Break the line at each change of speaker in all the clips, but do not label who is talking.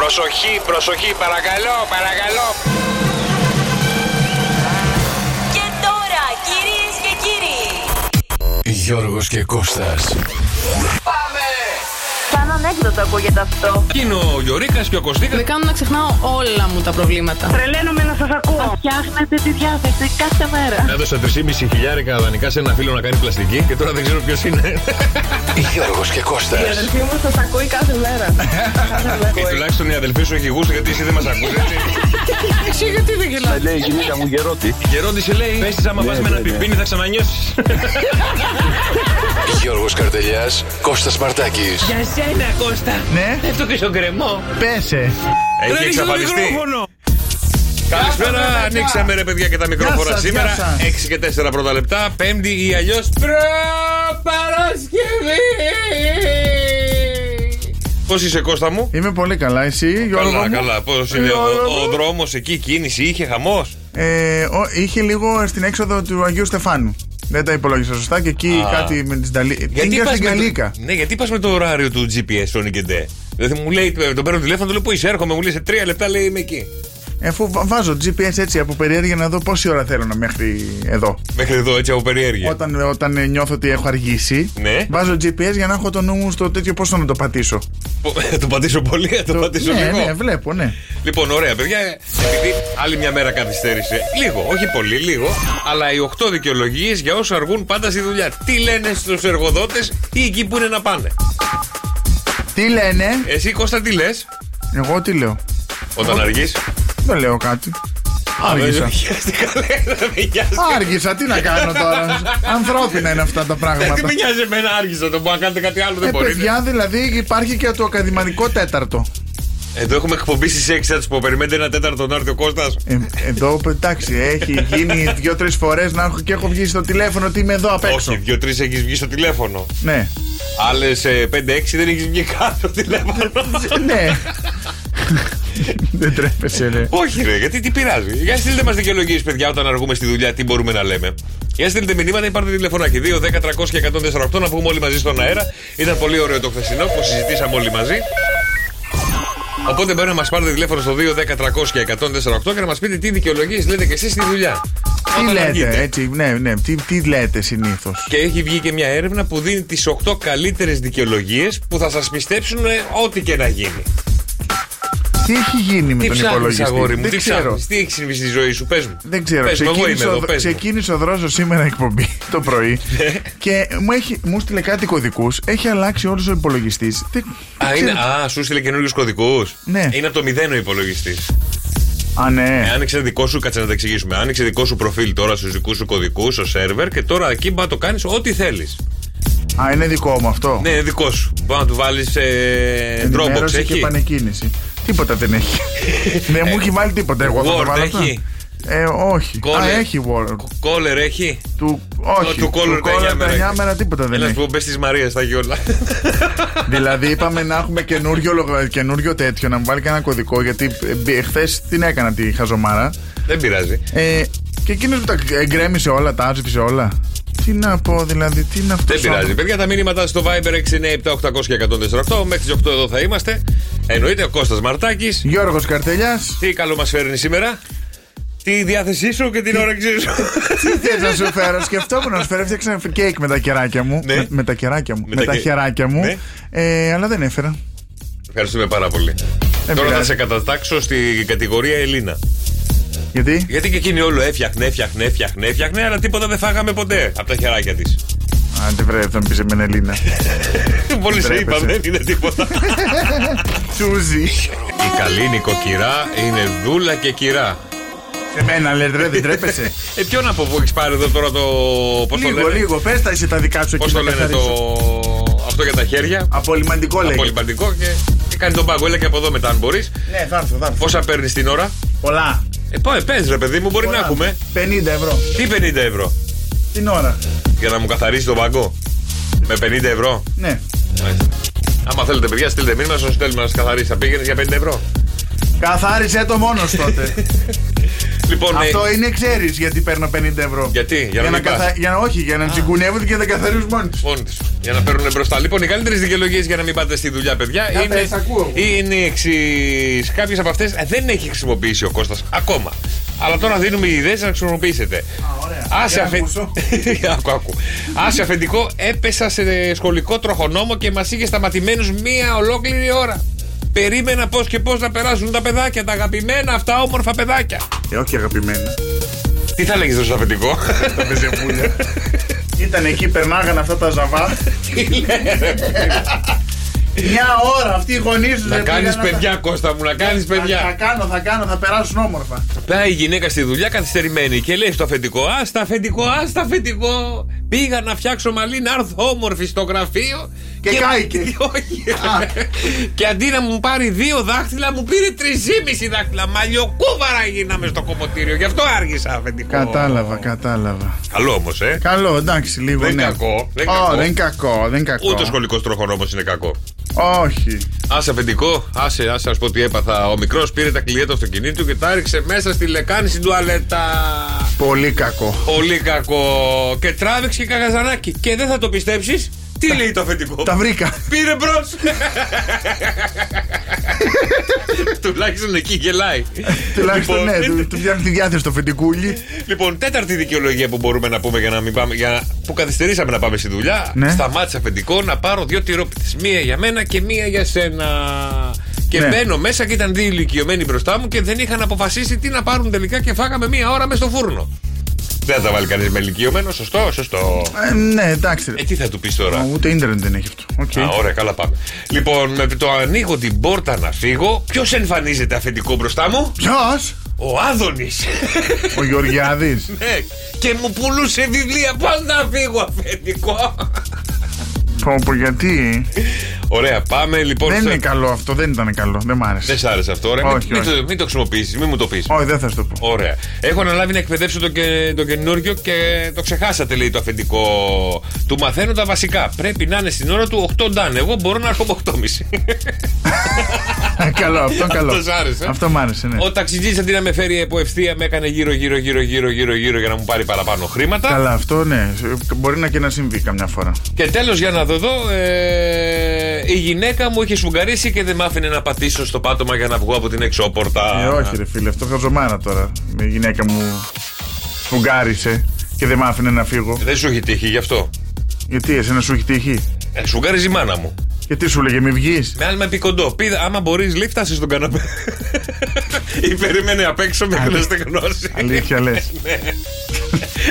Προσοχή, προσοχή, παρακαλώ, παρακαλώ.
Και τώρα, κυρίες και κύριοι,
Γιώργος και Κώστας.
Σαν ανέκδοτο ακούγεται αυτό.
Είναι ο Γιωρίκα και ο Κωστίκας.
Με κάνουν να ξεχνάω όλα μου τα προβλήματα.
Τρελαίνομαι να σας ακούω.
Φτιάχνετε τη διάθεση κάθε μέρα.
Έδωσα 3,5 χιλιάρικα δανεικά σε ένα φίλο να κάνει πλαστική και τώρα δεν ξέρω ποιος είναι.
Γιώργος και Κώστας.
αδελφή μου σας ακούει κάθε μέρα.
Ε, τουλάχιστον η αδελφή σου έχει γούστο γιατί εσύ δεν μας ακούς έτσι.
Εσύ γιατί δεν γελάς.
Λέει η γυναίκα μου γερότη.
Η γερόντιση λέει:
Ναι,
Πέσει άμα πας με ένα πιπίνι θα ξανανιώσεις.
Γιώργος Καρτελιάς, Κώστας Μαρτάκης.
Για σένα, Κώστα. Ε,
Ναι,
Πέφτω και στον κρεμό.
πέσε.
Έχει εξαφανιστεί. Καλησπέρα, ανοίξαμε ρε παιδιά και τα
Γεια
μικρόφωνα
σας,
σήμερα.
γεια σας.
6 και 4 πρώτα λεπτά, Πέμπτη ή αλλιώς Προπαρασκευή. Πώς είσαι, Κώστα μου?
Είμαι πολύ καλά, εσύ Γιώργο
Καλά,
μου? Ε,
καλά. Πώς είναι ο,
Γιώργο
ο
μου.
δρόμος εκεί, κίνηση, είχε χαμός.
Ε, ο- είχε λίγο στην έξοδο του Αγίου Στεφάνου. Δεν τα υπολόγισα σωστά και εκεί
Α.
κάτι με την Νταλίκα. Την είχα στην Καλίκα.
το, ναι, γιατί πας με το ωράριο του GPS, τον Νικεντέ. Δηλαδή μου λέει, τον παίρνω τηλέφωνο, του λέω πού είσαι, έρχομαι, μου λέει σε τρία λεπτά, λέει είμαι εκεί.
Ε, Αφού βα- βάζω GPS έτσι από περιέργεια να δω πόση ώρα θέλω να μέχρι εδώ.
Μέχρι εδώ, έτσι από περιέργεια.
Όταν, όταν ε, νιώθω ότι έχω αργήσει,
Ναι.
βάζω GPS για να έχω το νου μου στο τέτοιο πόσο να το πατήσω.
Πω, Θα το πατήσω πολύ, θα το πατήσω
ναι,
λίγο.
ναι, βλέπω, ναι.
Λοιπόν, ωραία, παιδιά. Επειδή άλλη μια μέρα καθυστέρησε. Λίγο, όχι πολύ, λίγο. Αλλά οι 8 δικαιολογίες για όσου αργούν πάντα στη δουλειά. Τι λένε στους εργοδότες ή εκεί που είναι να πάνε.
Τι λένε,
Εσύ, Κώστα, τι λες
εγώ τι λέω.
όταν αργείς.
Δεν λέω κάτι. Άργησα.
Δεν με νοιάζει.
Άργησα, τι να κάνω τώρα. Ανθρώπινα είναι αυτά τα
Δεν
πράγματα.
με νοιάζει εμένα, άργησα. Το που να κάνετε κάτι άλλο
Ε,
δεν μπορείτε.
παιδιά, δηλαδή υπάρχει και το ακαδημαϊκό τέταρτο.
Εδώ έχουμε εκπομπή στις 6 θα τις πω. Περιμένετε ένα τέταρτο να έρθει ο Κώστας.
Ε, εδώ, εντάξει, έχει γίνει δύο-τρει φορές να έχω και έχω βγει στο τηλέφωνο ότι είμαι εδώ απ' έξω.
Όχι, δύο-τρει έχεις βγει στο τηλέφωνο.
Ναι.
Άλλες 5-6 δεν έχεις βγει καν στο τηλέφωνο.
ναι. Δεν τρέπεσαι, ρε.
Όχι, ρε, γιατί τι πειράζει. Για στείλτε μας δικαιολογίες, παιδιά, όταν αργούμε στη δουλειά, τι μπορούμε να λέμε. Για στείλτε μηνύματα ή πάρτε τηλεφωνάκι. 2, 10, 300 και 148 να βγούμε όλοι μαζί στον αέρα. Ήταν πολύ ωραίο το χθεσινό που συζητήσαμε όλοι μαζί. Οπότε μπορεί να μας πάρετε τηλέφωνο στο 2, 10, 300 και 148 και να μας πείτε τι δικαιολογίες λέτε κι εσείς στη δουλειά.
Τι
Όταν αργείτε.
λέτε, έτσι, ναι, ναι. Τι, τι λέτε συνήθως.
Και έχει βγει και μια έρευνα που δίνει τις 8 καλύτερες δικαιολογίες που θα σας πιστέψουν ε, ό,τι και να γίνει.
Τι έχει γίνει με
Τι
τον
ψάχνεις, αγόρι
υπολογιστή.
μου,
Δεν
τι
ξέρω.
ψάχνεις, τι έχει συμβεί στη ζωή σου, πες μου.
Δεν ξέρω.
Πες μου, εγώ είμαι
Ξεκίνησε,
εδώ,
ο,
πες μου. Ναι.
ξεκίνησε ο Δρόσος σήμερα εκπομπή το πρωί και μου, έχει, μου στείλε κάτι κωδικούς. Έχει αλλάξει όλος ο υπολογιστής.
Α, είναι, α, σου στείλε καινούριους κωδικούς.
Ναι.
Είναι από το μηδέν ο υπολογιστής.
Α, ναι.
Ε, άνοιξε δικό σου, κάτσε να τα εξηγήσουμε. Άνοιξε δικό σου προφίλ τώρα στους δικούς σου κωδικούς, στο σερβερ και τώρα εκεί μπα το κάνεις ό,τι θέλεις.
Α, είναι δικό μου αυτό.
Ναι, δικό σου. Μπορεί να του βάλεις ε, Dropbox,
Ενημέρωση και
έχει.
επανεκκίνηση. Τίποτα δεν έχει. Δεν μου έχει βάλει τίποτα. Εγώ θα
Word
το βάλω αυτά.
έχει.
Ε, όχι. Α,
Caller.
έχει Word.
Caller έχει.
Του, όχι.
του Caller τα
Caller
εννιά μέρα.
τα 9 μέρα τίποτα δεν
Ένας
έχει.
που μπες τη Μαρία, θα έχει όλα.
Δηλαδή είπαμε να έχουμε καινούριο, λογα- καινούριο τέτοιο, να μου βάλει κανένα κωδικό. Γιατί χθες την έκανα τη χαζομάρα.
Δεν πειράζει.
Ε, και εκείνος που τα εγκρέμισε όλα, τα άζεψε όλα. Τι να πω, δηλαδή, τι να αυτό.
Δεν πειράζει. Παιδιά, τα μήνυματα στο Viber 697-800 και 148. Μέχρι τις 8 εδώ θα είμαστε. Εννοείται ο Κώστας Μαρτάκης
Γιώργος Καρτελιάς,
Τι καλό μας φέρνει σήμερα. Τη διάθεσή σου και την όρεξή σου.
τι θες να σου φέρω. Σκεφτόμουν να σου φέρω, έφτιαξα κέικ με τα κεράκια μου.
Ναι.
Με, με τα κεράκια μου.
Με
Με,
τα
τα
κε-
χεράκια μου.
Ναι.
Ε, αλλά δεν έφερα.
Ευχαριστούμε πάρα πολύ.
Δεν
Τώρα θα
πειράζει.
σε κατατάξω στη κατηγορία Ελίνα.
Γιατί?
Γιατί και εκείνη όλο έφτιαχνε, έφτιαχνε, έφτιαχνε, έφτιαχνε, αλλά τίποτα δεν φάγαμε ποτέ από τα χεράκια της.
Αν δεν βρε, θα μου πει εμένα Ελίνα.
Μόλις σε είπα, δεν
Τρέπεσαι.
είναι τίποτα.
Τσούζι.
Η καλή νοικοκυρά είναι δούλα και κυρά.
Εμένα λε, ρε, δεν τρέπεσαι.
Ε, ποιον από που έχεις πάρει εδώ τώρα το. Πώς το
λίγο,
λένε,
λίγο. Πες τα εσύ τα δικά σου
πώς
εκεί.
το,
να
λένε το.
καθαρίσω.
Αυτό για τα χέρια.
Απολυμαντικό λέει.
Απολυμπαντικό και, και κάνει τον πάγκο. Έλα και από εδώ μετά, αν μπορείς.
Ναι, θα έρθω, θα έρθω.
Πόσα παίρνεις την ώρα.
Πολλά.
Ε, πάμε, πες ρε παιδί μου, μπορεί
Πολλά.
να έχουμε.
50 ευρώ.
Τι 50 ευρώ.
Την ώρα.
Για να μου καθαρίσει τον πάγκο. Με 50 ευρώ.
Ναι.
Μάλιστα. Άμα θέλετε, παιδιά, στείλτε μήνυμα στο στέλνουμε να σας καθαρίσει. Θα πήγαινες για 50 ευρώ.
Καθάρισε το μόνος τότε.
Λοιπόν, ε,
Αυτό είναι, ξέρεις γιατί παίρνω 50 ευρώ.
Γιατί, για να μην πας.
καθα... για να- Όχι, για να τσιγκουνεύονται και να καθαρίζουν μόνοι τους.
μόνη της. Για να παίρνουν μπροστά. Λοιπόν, οι καλύτερες δικαιολογίες για να μην πάτε στη δουλειά, παιδιά,
Για
είναι,
πες, ακούω.
είναι οι εξής. Κάποιες από αυτές δεν έχει χρησιμοποιήσει ο Κώστας ακόμα. Αλλά τώρα δίνουμε ιδέες να χρησιμοποιήσετε.
ωραία.
Άσε,
Για να
αφεν-
ακούσω.
Άκου, άκου. Άσε αφεντικό, έπεσα σε σχολικό τροχονόμο και μας είχε σταματημένους μία ολόκληρη ώρα. Περίμενα πώς και πώς να περάσουν τα παιδάκια, τα αγαπημένα αυτά όμορφα παιδάκια.
Ε, όχι αγαπημένα.
Τι θα λέγεις στο αφεντικό.
Τα πεζεβούλια. Ήταν εκεί, περνάγανε αυτά τα ζαβά. Μια ώρα αυτοί οι γονείς τους
να κάνεις παιδιά, Κώστα μου, να
Ναι,
κάνεις
Θα
παιδιά.
κάνω, θα κάνω, θα περάσουν όμορφα.
Πάει η γυναίκα στη δουλειά καθυστερημένη και λέει στο αφεντικό: Α τα αφεντικό, α τα αφεντικό. Πήγα να φτιάξω μαλλί, να έρθω όμορφη στο γραφείο.
Και κάηκε.
Όχι. και αντί να μου πάρει δύο δάχτυλα, μου πήρε τρισήμιση δάχτυλα. Μαλλιοκούβαρα γίναμε στο κομμωτήριο. Γι' αυτό άργησα, αφεντικό.
Κατάλαβα, κατάλαβα.
Καλό όμως, ε.
Καλό, εντάξει, λίγο.
Δεν
ναι.
κακό, δεν
Ω,
κακό.
δεν κακό, δεν κακό.
Ούτε ο σχολικός τροχόν όμως είναι κακό.
Όχι.
Άσε αφεντικό, άσε, άσε να σου πω τι έπαθα. Ο μικρός πήρε τα κλειδιά του αυτοκινήτου και τα έριξε μέσα στη λεκάνη στην τουαλέτα.
Πολύ κακό.
Πολύ κακό. Και τράβηξε και καγαζανάκι. Και δεν θα το πιστέψεις. Τι λέει το αφεντικό.
Τα βρήκα.
Πήρε μπρος. Τουλάχιστον εκεί γελάει.
Τουλάχιστον ναι,
Λοιπόν,
του- του φτιάχνει τη διάθεση το φεντικούλι.
Λοιπόν, τέταρτη δικαιολογία που μπορούμε να πούμε για να μην πάμε. Για να- που καθυστερήσαμε να πάμε στη δουλειά.
Ναι.
Σταμάτησα αφεντικό να πάρω δύο τυρόπιτες. Μία για μένα και μία για σένα. Και
Ναι.
μπαίνω μέσα και ήταν δύο ηλικιωμένοι μπροστά μου και δεν είχαν αποφασίσει τι να πάρουν τελικά και φάγαμε μία ώρα μες στο φούρνο. Δεν θα τα βάλει κανείς με ηλικιωμένο, σωστό, σωστό.
Ε, ναι, εντάξει.
Ε, τι θα του πεις τώρα.
Μα Ούτε ίντερνετ δεν έχει αυτό. Οκ.
Α, ωραία, καλά πάμε. Λοιπόν, με το ανοίγω την πόρτα να φύγω. Ποιος εμφανίζεται αφεντικό μπροστά μου,
Ποιος?
Ο Άδωνης.
Ο Γεωργιάδης.
ναι, και μου πουλούσε βιβλία. Πώς να φύγω, αφεντικό.
Πω, πω, γιατί.
ωραία, πάμε λοιπόν.
Δεν
σε-
είναι καλό αυτό, δεν ήταν καλό. Δεν μ' άρεσε.
Δεν σ' άρεσε αυτό, ωραία.
Όχι,
μην,
όχι.
μην το, μην το χρησιμοποιήσεις, μην μου το πεις.
Όχι, δεν θα σου το πω.
Ωραία. Έχω αναλάβει να εκπαιδεύσω το, και, το καινούριο και το ξεχάσατε, λέει το αφεντικό. Του μαθαίνω τα βασικά. Πρέπει να είναι στην ώρα του 8 ντάν. Εγώ μπορώ να έρχομαι
Ναι.
8.30.
Ε, καλό, αυτό καλό.
Αυτός σ' άρεσε.
Αυτό μ' άρεσε, ναι.
Ο ταξιτζής αντί να με φέρει από ευθεία με έκανε γύρω γύρω γύρω γύρω γύρω γύρω για να μου πάρει παραπάνω χρήματα.
Καλά, αυτό ναι. Μπορεί να και να συμβεί καμιά φορά.
Και τέλος για να δω εδώ, ε, η γυναίκα μου είχε σφουγγαρίσει και δεν μ' άφηνε να πατήσω στο πάτωμα για να βγω από την εξώπορτα.
Ε, όχι, ρε φίλε, αυτό χαζομάρα τώρα. Η γυναίκα μου σφουγγάρισε και δεν μ' άφηνε να φύγω.
Δεν σου έχει τύχει γι' αυτό.
Γιατί, εσένα σου έχει τύχει.
Ε, σφουγγάριζε η μάνα μου.
Και τι σου λέγε, μη βγεις.
Με άλμα επί κοντό. Πει, άμα μπορείς, λίφτασε στον καναπέ. ή περίμενε απ' έξω με κλωστή γνώση.
Αλήθεια λες.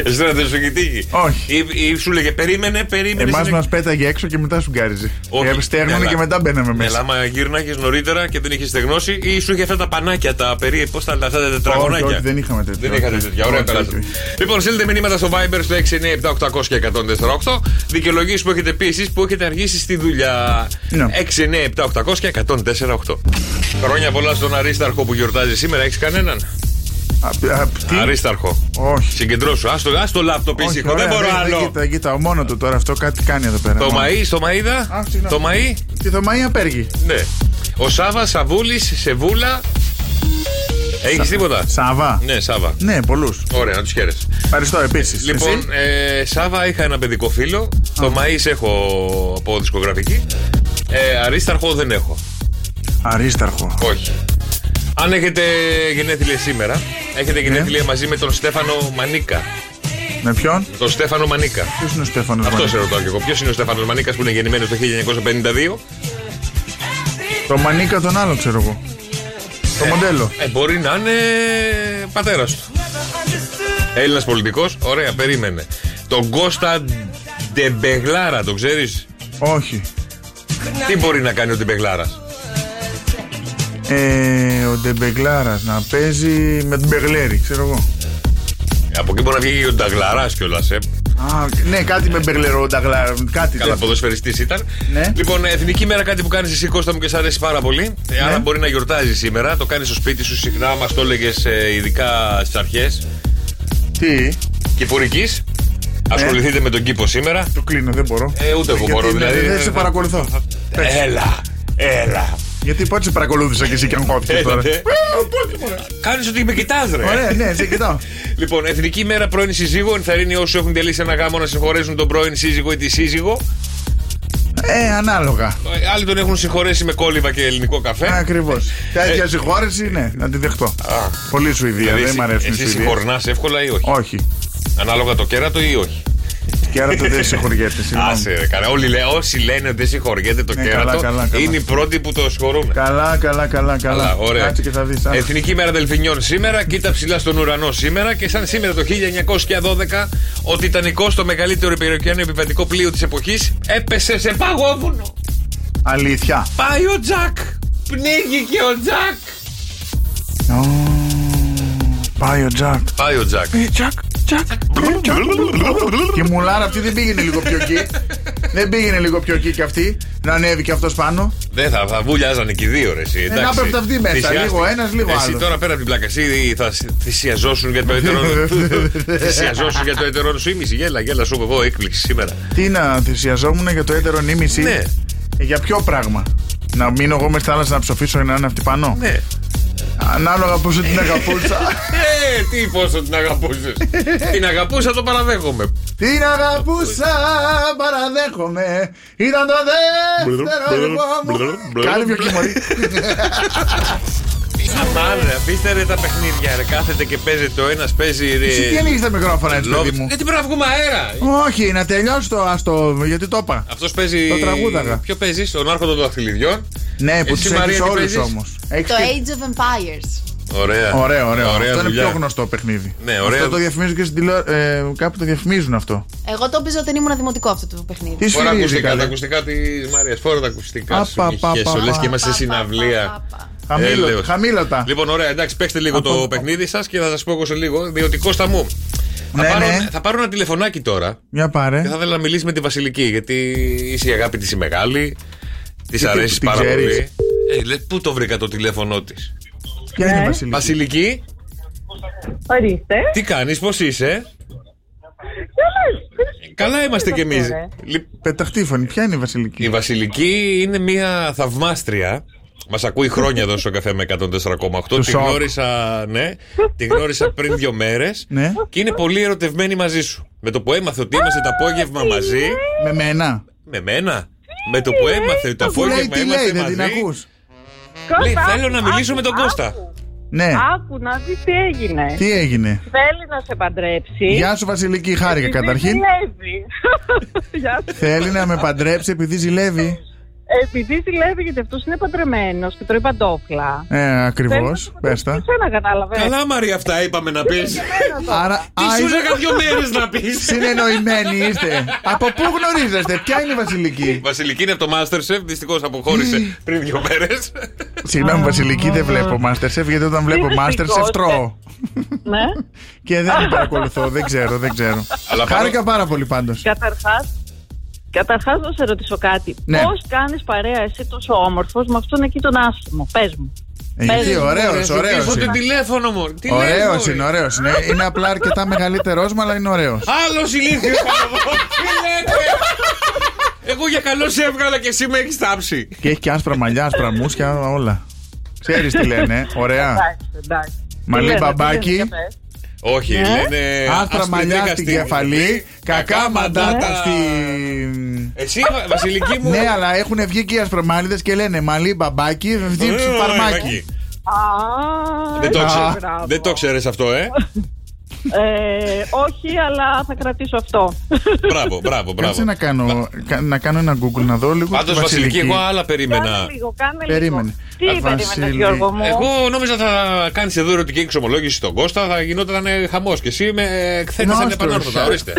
Εσύ δεν σου έχει τύχει.
Όχι.
Ή, ή σου λέγε περίμενε, περίμενε.
Εμάς
συνέχεια».
μας πέταγε έξω και μετά σουγκάριζε.
Όχι.
Ε, Στέγνωνε
Καλά.
και μετά μπαίναμε
Ναι, αλλά
μέσα.
άμα γύρναγες νωρίτερα και δεν είχες στεγνώσει ή σου είχε αυτά τα πανάκια, τα περί. Πώς τα αυτά τα τετραγωνάκια.
Όχι, όχι, δεν είχαμε τέτοια.
Δεν είχατε
Όχι.
τέτοια. Ωραία,
Όχι,
περάσατε.
όχι.
Λοιπόν, στείλτε μηνύματα στο Viber στο 697 και 1048. Δικαιολογίε που έχετε πει εσείς που έχετε αργήσει στη δουλειά.
Ναι.
697 και 1048. Χρόνια πολλά στον Αρίσταρχο που γιορτάζει σήμερα. Έχεις κανέναν.
Α, α, τι?
Αρίσταρχο.
Όχι.
Συγκεντρώσου. Ας το, ας το λάπτοπ
Όχι,
ήσυχο.
ωραία,
Δεν μπορώ άλλο.
Κοίτα, κοίτα, μόνος του τώρα αυτό κάτι κάνει εδώ πέρα.
Το
Μόνος.
μαΐ, το μαΐδα.
Α, συγγνώμη.
Το μαΐ.
Τι το Μαΐ απέργει.
Ναι. Ο Σάβα Σαβούλης, Σεβούλα. Έχεις τίποτα.
Σάβα.
Ναι, Σάβα.
Ναι, πολλούς.
Ωραία, να τους χαίρεσαι.
Ευχαριστώ επίσης.
Λοιπόν, ε, Σάβα είχα ένα παιδικό φίλο. Το Μαΐς έχω από δισκογραφική. Ε, αρίσταρχο δεν έχω.
Αρίσταρχο.
Όχι. Αν έχετε γενέθλια σήμερα, έχετε γενέθλια μαζί με τον Στέφανο Μανίκα.
Με ποιον?
Τον Στέφανο Μανίκα.
Ποιος είναι ο Στέφανος
Αυτός σε ρωτάω και εγώ. Ποιος είναι ο Στέφανος Μανίκα που είναι γεννημένος το 1952.
Το Μανίκα τον άλλο ξέρω εγώ. Το μοντέλο.
Ε, μπορεί να είναι πατέρας του. Έλληνας πολιτικός. Ωραία, περίμενε. Τον Κώστα Ντεμπεγλάρα, τον ξέρεις.
Όχι.
Τι μπορεί να κάνει ο Ντεμπεγλάρας.
Ε, ο Ντεμπεγκλάρας να παίζει με τον Μπεγλέρη, ξέρω εγώ.
Από εκεί μπορεί να βγει και ο Νταγλαρά κιόλας. Ε.
Α, ναι, κάτι με Μπεγλερό, Νταγκλάρα. Κάτι
Καλά,
τέτοιο.
ποδοσφαιριστής ήταν.
Ναι.
Λοιπόν, ε, εθνική μέρα κάτι που κάνεις εσύ, Κώστα μου, και σ' αρέσει πάρα πολύ. Ε,
Ναι.
Άρα μπορεί να γιορτάζεις σήμερα. Το κάνεις στο σπίτι σου συχνά, μας το έλεγες ειδικά στις αρχές.
Τι.
Κυπουρική.
Ναι.
Ασχοληθείτε με τον κήπο σήμερα.
Το κλείνω, δεν μπορώ.
Ε, ούτε εγώ
Γιατί
μπορώ, δηλαδή.
Δεν σε παρακολουθώ. Ε,
Έλα, έλα.
Γιατί πότε σε παρακολούθησα και εσύ και αγχώθηκε τώρα. Ε,
Έλατε. Κάνεις ότι με κοιτάς, ρε.
Ωραία, ναι, σε κοιτάω.
Λοιπόν, Εθνική Μέρα Πρώην Συζύγου ενθαρρύνει όσου έχουν τελείσει ένα γάμο να συγχωρέσουν τον πρώην σύζυγο ή τη σύζυγο.
Ε, ανάλογα.
Ε, Άλλοι τον έχουν συγχωρέσει με κόλληβα και ελληνικό καφέ.
Ακριβώς.
Ε.
Τέτοια συγχώρεση, ναι, να τη δεχτώ. Πολύ Σουηδία, δεν μ' αρέσουν οι
Δηλαδή Εσύ
Σουηδία.
συγχωρνάς εύκολα ή όχι.
Όχι.
Ανάλογα το κέρατο ή όχι.
Και άρα το δεν συγχωριέται. συγγνώμη.
Άσε, ρε, καλά. Όλοι λέ, όσοι λένε ότι δεν συγχωριέται το
Ναι,
κέρατο,
καλά, καλά, καλά.
είναι οι πρώτοι που το συγχωρούν.
Καλά, καλά, καλά, καλά.
Καλά, ωραία.
Κάτσε και θα δεις.
Εθνική μέρα Δελφινιών σήμερα, κοίτα ψηλά στον ουρανό σήμερα και σαν σήμερα το 1912 ο Τιτανικός, το μεγαλύτερο υπεροικιάνιο επιβατικό πλοίο της εποχής, έπεσε σε παγόβουνο.
Αλήθεια.
Πάει ο Τζακ! Πνίγηκε ο Τζακ!
Ω, Πάει ο Τζακ.
Πάει ο Τζακ.
Ε, Τζακ, Τζακ. ε, Τζακ. Και η μουλάρα αυτή δεν πήγαινε λίγο πιο εκεί. Δεν πήγαινε λίγο πιο εκεί και αυτή. Να ανέβει και αυτός πάνω.
Δεν θα, θα βουλιάζανε και οι δύο ρε. Εσύ, εντάξει.
Ε, να πέφτει αυτή μέσα,
Θυσιάστηκε.
λίγο ένας, λίγο
Εσύ
άλλος.
τώρα πέρα από την πλάκα. Εσύ θα θυ- θυσιαζόσουν για το έτερο Θυσιαζόσουν για το έτερο σου ήμιση. Γέλα, γέλα, σου είπα εγώ έκπληξη σήμερα.
Τι να θυσιαζόμουν για το έτερο νήμιση.
Ναι.
Ε, Για ποιο πράγμα. Να μείνω εγώ μες στη θάλασσα να ψοφήσω ή να είναι αυτή πάνω.
Ναι.
Ανάλογα πόσο την αγαπούσα.
Ε, τι πόσο την αγαπούσες. την αγαπούσα, το παραδέχομαι.
την αγαπούσα, παραδέχομαι. Ήταν το δεύτερο λοιπόν. Κάλυβε
Ε,
πιο κοιμωρή.
Αμάν, ρε, αφήστε ρε τα παιχνίδια. Ρε, κάθεται και παίζεται ο ένας, παίζει. Ρε,
Εσύ τι ανοίγεις τα μικρόφωνα έτσι, παιδί
love-
μου.
Γιατί πρέπει να βγούμε αέρα.
Όχι, να τελειώσει το άστο, γιατί το είπα.
Αυτός παίζει.
Το τραγούδαγα.
Ποιο παίζεις, τον Άρχοντα των Δαχτυλιδιών.
Ναι, που
Εσύ,
τους
Μαρία,
έχει
τι
όλους
παίζεις?
όμως.
Το Age of Empires.
Ωραία.
Ωραίο, ωραίο. Αυτό είναι
δουλειά.
πιο γνωστό παιχνίδι.
Ναι, ωραίο.
Αυτό το διαφημίζουν και στην τηλεόραση. κάπου το διαφημίζουν αυτό.
Εγώ το παίζω όταν ήμουν δημοτικό αυτό το παιχνίδι.
Τι
Φορά
σφυρίζει,
ακουστικά, τα
καλέ.
ακουστικά της Μαρία. Φορά τα ακουστικά
Α,
σου.
πα,
μη
πα,
χέσω,
πα,
λες
πα,
και είμαστε
πα,
στην
πα,
αυλία.
πα, πα.
Χαμήλω-
Έλεος.
Χαμήλωτα.
Λοιπόν, ωραία, εντάξει, παίξτε λίγο το
Από-
παιχνίδι σας και θα σας πω εγώ σε λίγο. Διότι Κώστα μου.
Ναι,
θα, πάρω,
ναι.
θα πάρω ένα τηλεφωνάκι τώρα
Για πάρε.
και θα ήθελα να μιλήσεις με τη Βασιλική. Γιατί είσαι η αγάπη της η μεγάλη. Της
την-
αρέσεις
την
πάρα
ξέρεις.
πολύ. Ε, λες, πού το βρήκα το τηλέφωνό της.
Ποια είναι η Βασιλική.
Βασιλική,
Ορίστε.
τι κάνεις, πώς είσαι.
Καλά.
Καλά είμαστε κι εμείς.
ρε.
Πεταχτήφωνη, ποια είναι η
Η
Βασιλική.
Βασιλική είναι μια θαυμάστρια. Μας ακούει χρόνια εδώ στο καφέ με 104,8. Τη
σοκ.
γνώρισα, ναι, τη γνώρισα πριν δύο μέρες.
Ναι.
Και είναι πολύ ερωτευμένη μαζί σου. Με το που έμαθε ότι είμαστε το απόγευμα μαζί.
Με μένα.
Με μένα. Με το που έμαθε ότι το
Που λέει
απόγευμα
τι λέει,
είμαστε
δεν την
μαζί.
ακούς.
Λέει,
Κώστα,
θέλω να
άκου,
μιλήσω με τον
άκου,
Κώστα.
άκου.
Ναι,
Άκου να δεις τι έγινε.
τι έγινε.
Θέλει να σε παντρέψει.
Γεια σου Βασιλική, χάρηκα
επειδή
καταρχήν.
ζηλεύει. Γεια σου.
Θέλει να με παντρέψει επειδή ζηλεύει.
Επειδή ζηλεύει γιατί αυτός είναι παντρεμένος και τρώει παντόφλα.
Ε, ακριβώ. Πες τα.
Δεν να κατάλαβες.
Καλά, Μαρία, αυτά είπαμε να πεις.
Άρα,
Τι
α,
σου
είστε
έλεγα δύο μέρες να πεις.
συνεννοημένοι είστε. Από πού γνωρίζεστε, ποια είναι
Η
η Βασιλική.
Βασιλική είναι από το Masterchef, δυστυχώς αποχώρησε πριν δύο μέρες.
Συγγνώμη, Βασιλική, δεν βλέπω Masterchef γιατί όταν βλέπω Masterchef
δυστυχώς,
τρώω.
Ναι.
Και δεν την παρακολουθώ, δεν ξέρω, δεν ξέρω.
Αλλά παρό-
Χάρηκα πάρα πολύ πάντως.
Καταρχάς, καταρχάς να σε ρωτήσω κάτι.
Ναι.
Πώς κάνεις παρέα εσύ τόσο όμορφος με αυτόν εκεί τον άσχημο. Πες μου.
Ε, Γιατί
Παίζει.
ωραίο, ωραίο.
Πίσω το τηλέφωνο μου. Τι λέει,
Ωραίο
μωρέ.
είναι, ωραίος είναι. Είναι απλά αρκετά μεγαλύτερός μου, αλλά είναι ωραίος.
Άλλος ηλίθιος πάνω εδώ. Τι λέτε. Εγώ για καλό σε έβγαλα και εσύ με έχεις τάψει.
Και έχει και άσπρα μαλλιά, άσπρα μουσια, όλα. Ξέρεις τι λένε, ωραία.
Εντάξει, εντάξει.
Μαλλί
Τι λένε,
μπαμπάκι.
τι λένε, για πες.
Όχι, λένε.
Άσπρα Ε? μαλλιά στην κεφαλή, κακά μαντάτα στην.
Εσύ, Βα- Βασιλική μου.
Ναι, αλλά έχουν βγει και οι ασπρομάλιδες και λένε μαλλί μπαμπάκι,
Ε,
δίψη φαρμάκι. Ε,
Α, ναι.
Δεν το
Α.
ξε-
μπράβο.
Δεν το ξέρεις αυτό, ε.
Ε, όχι, αλλά θα κρατήσω αυτό.
Μπράβο, μπράβο, μπράβο.
Κάτσε να κάνω, κα- να κάνω ένα Google να δω λίγο.
Πάντως,
τη
Βασιλική, εγώ άλλα περίμενα.
Κάνε λίγο, κάνε
Περίμενε.
λίγο. Τι περίμενε,
Βασιλική.
Γιώργο μου.
Εγώ νόμιζα θα κάνεις εδώ ερωτική εξομολόγηση στον Κώστα, θα γινόταν χαμός. Και εσύ με ε, εκθέτησαν
Γνώστος.
επανόρθωτα. Ορίστε.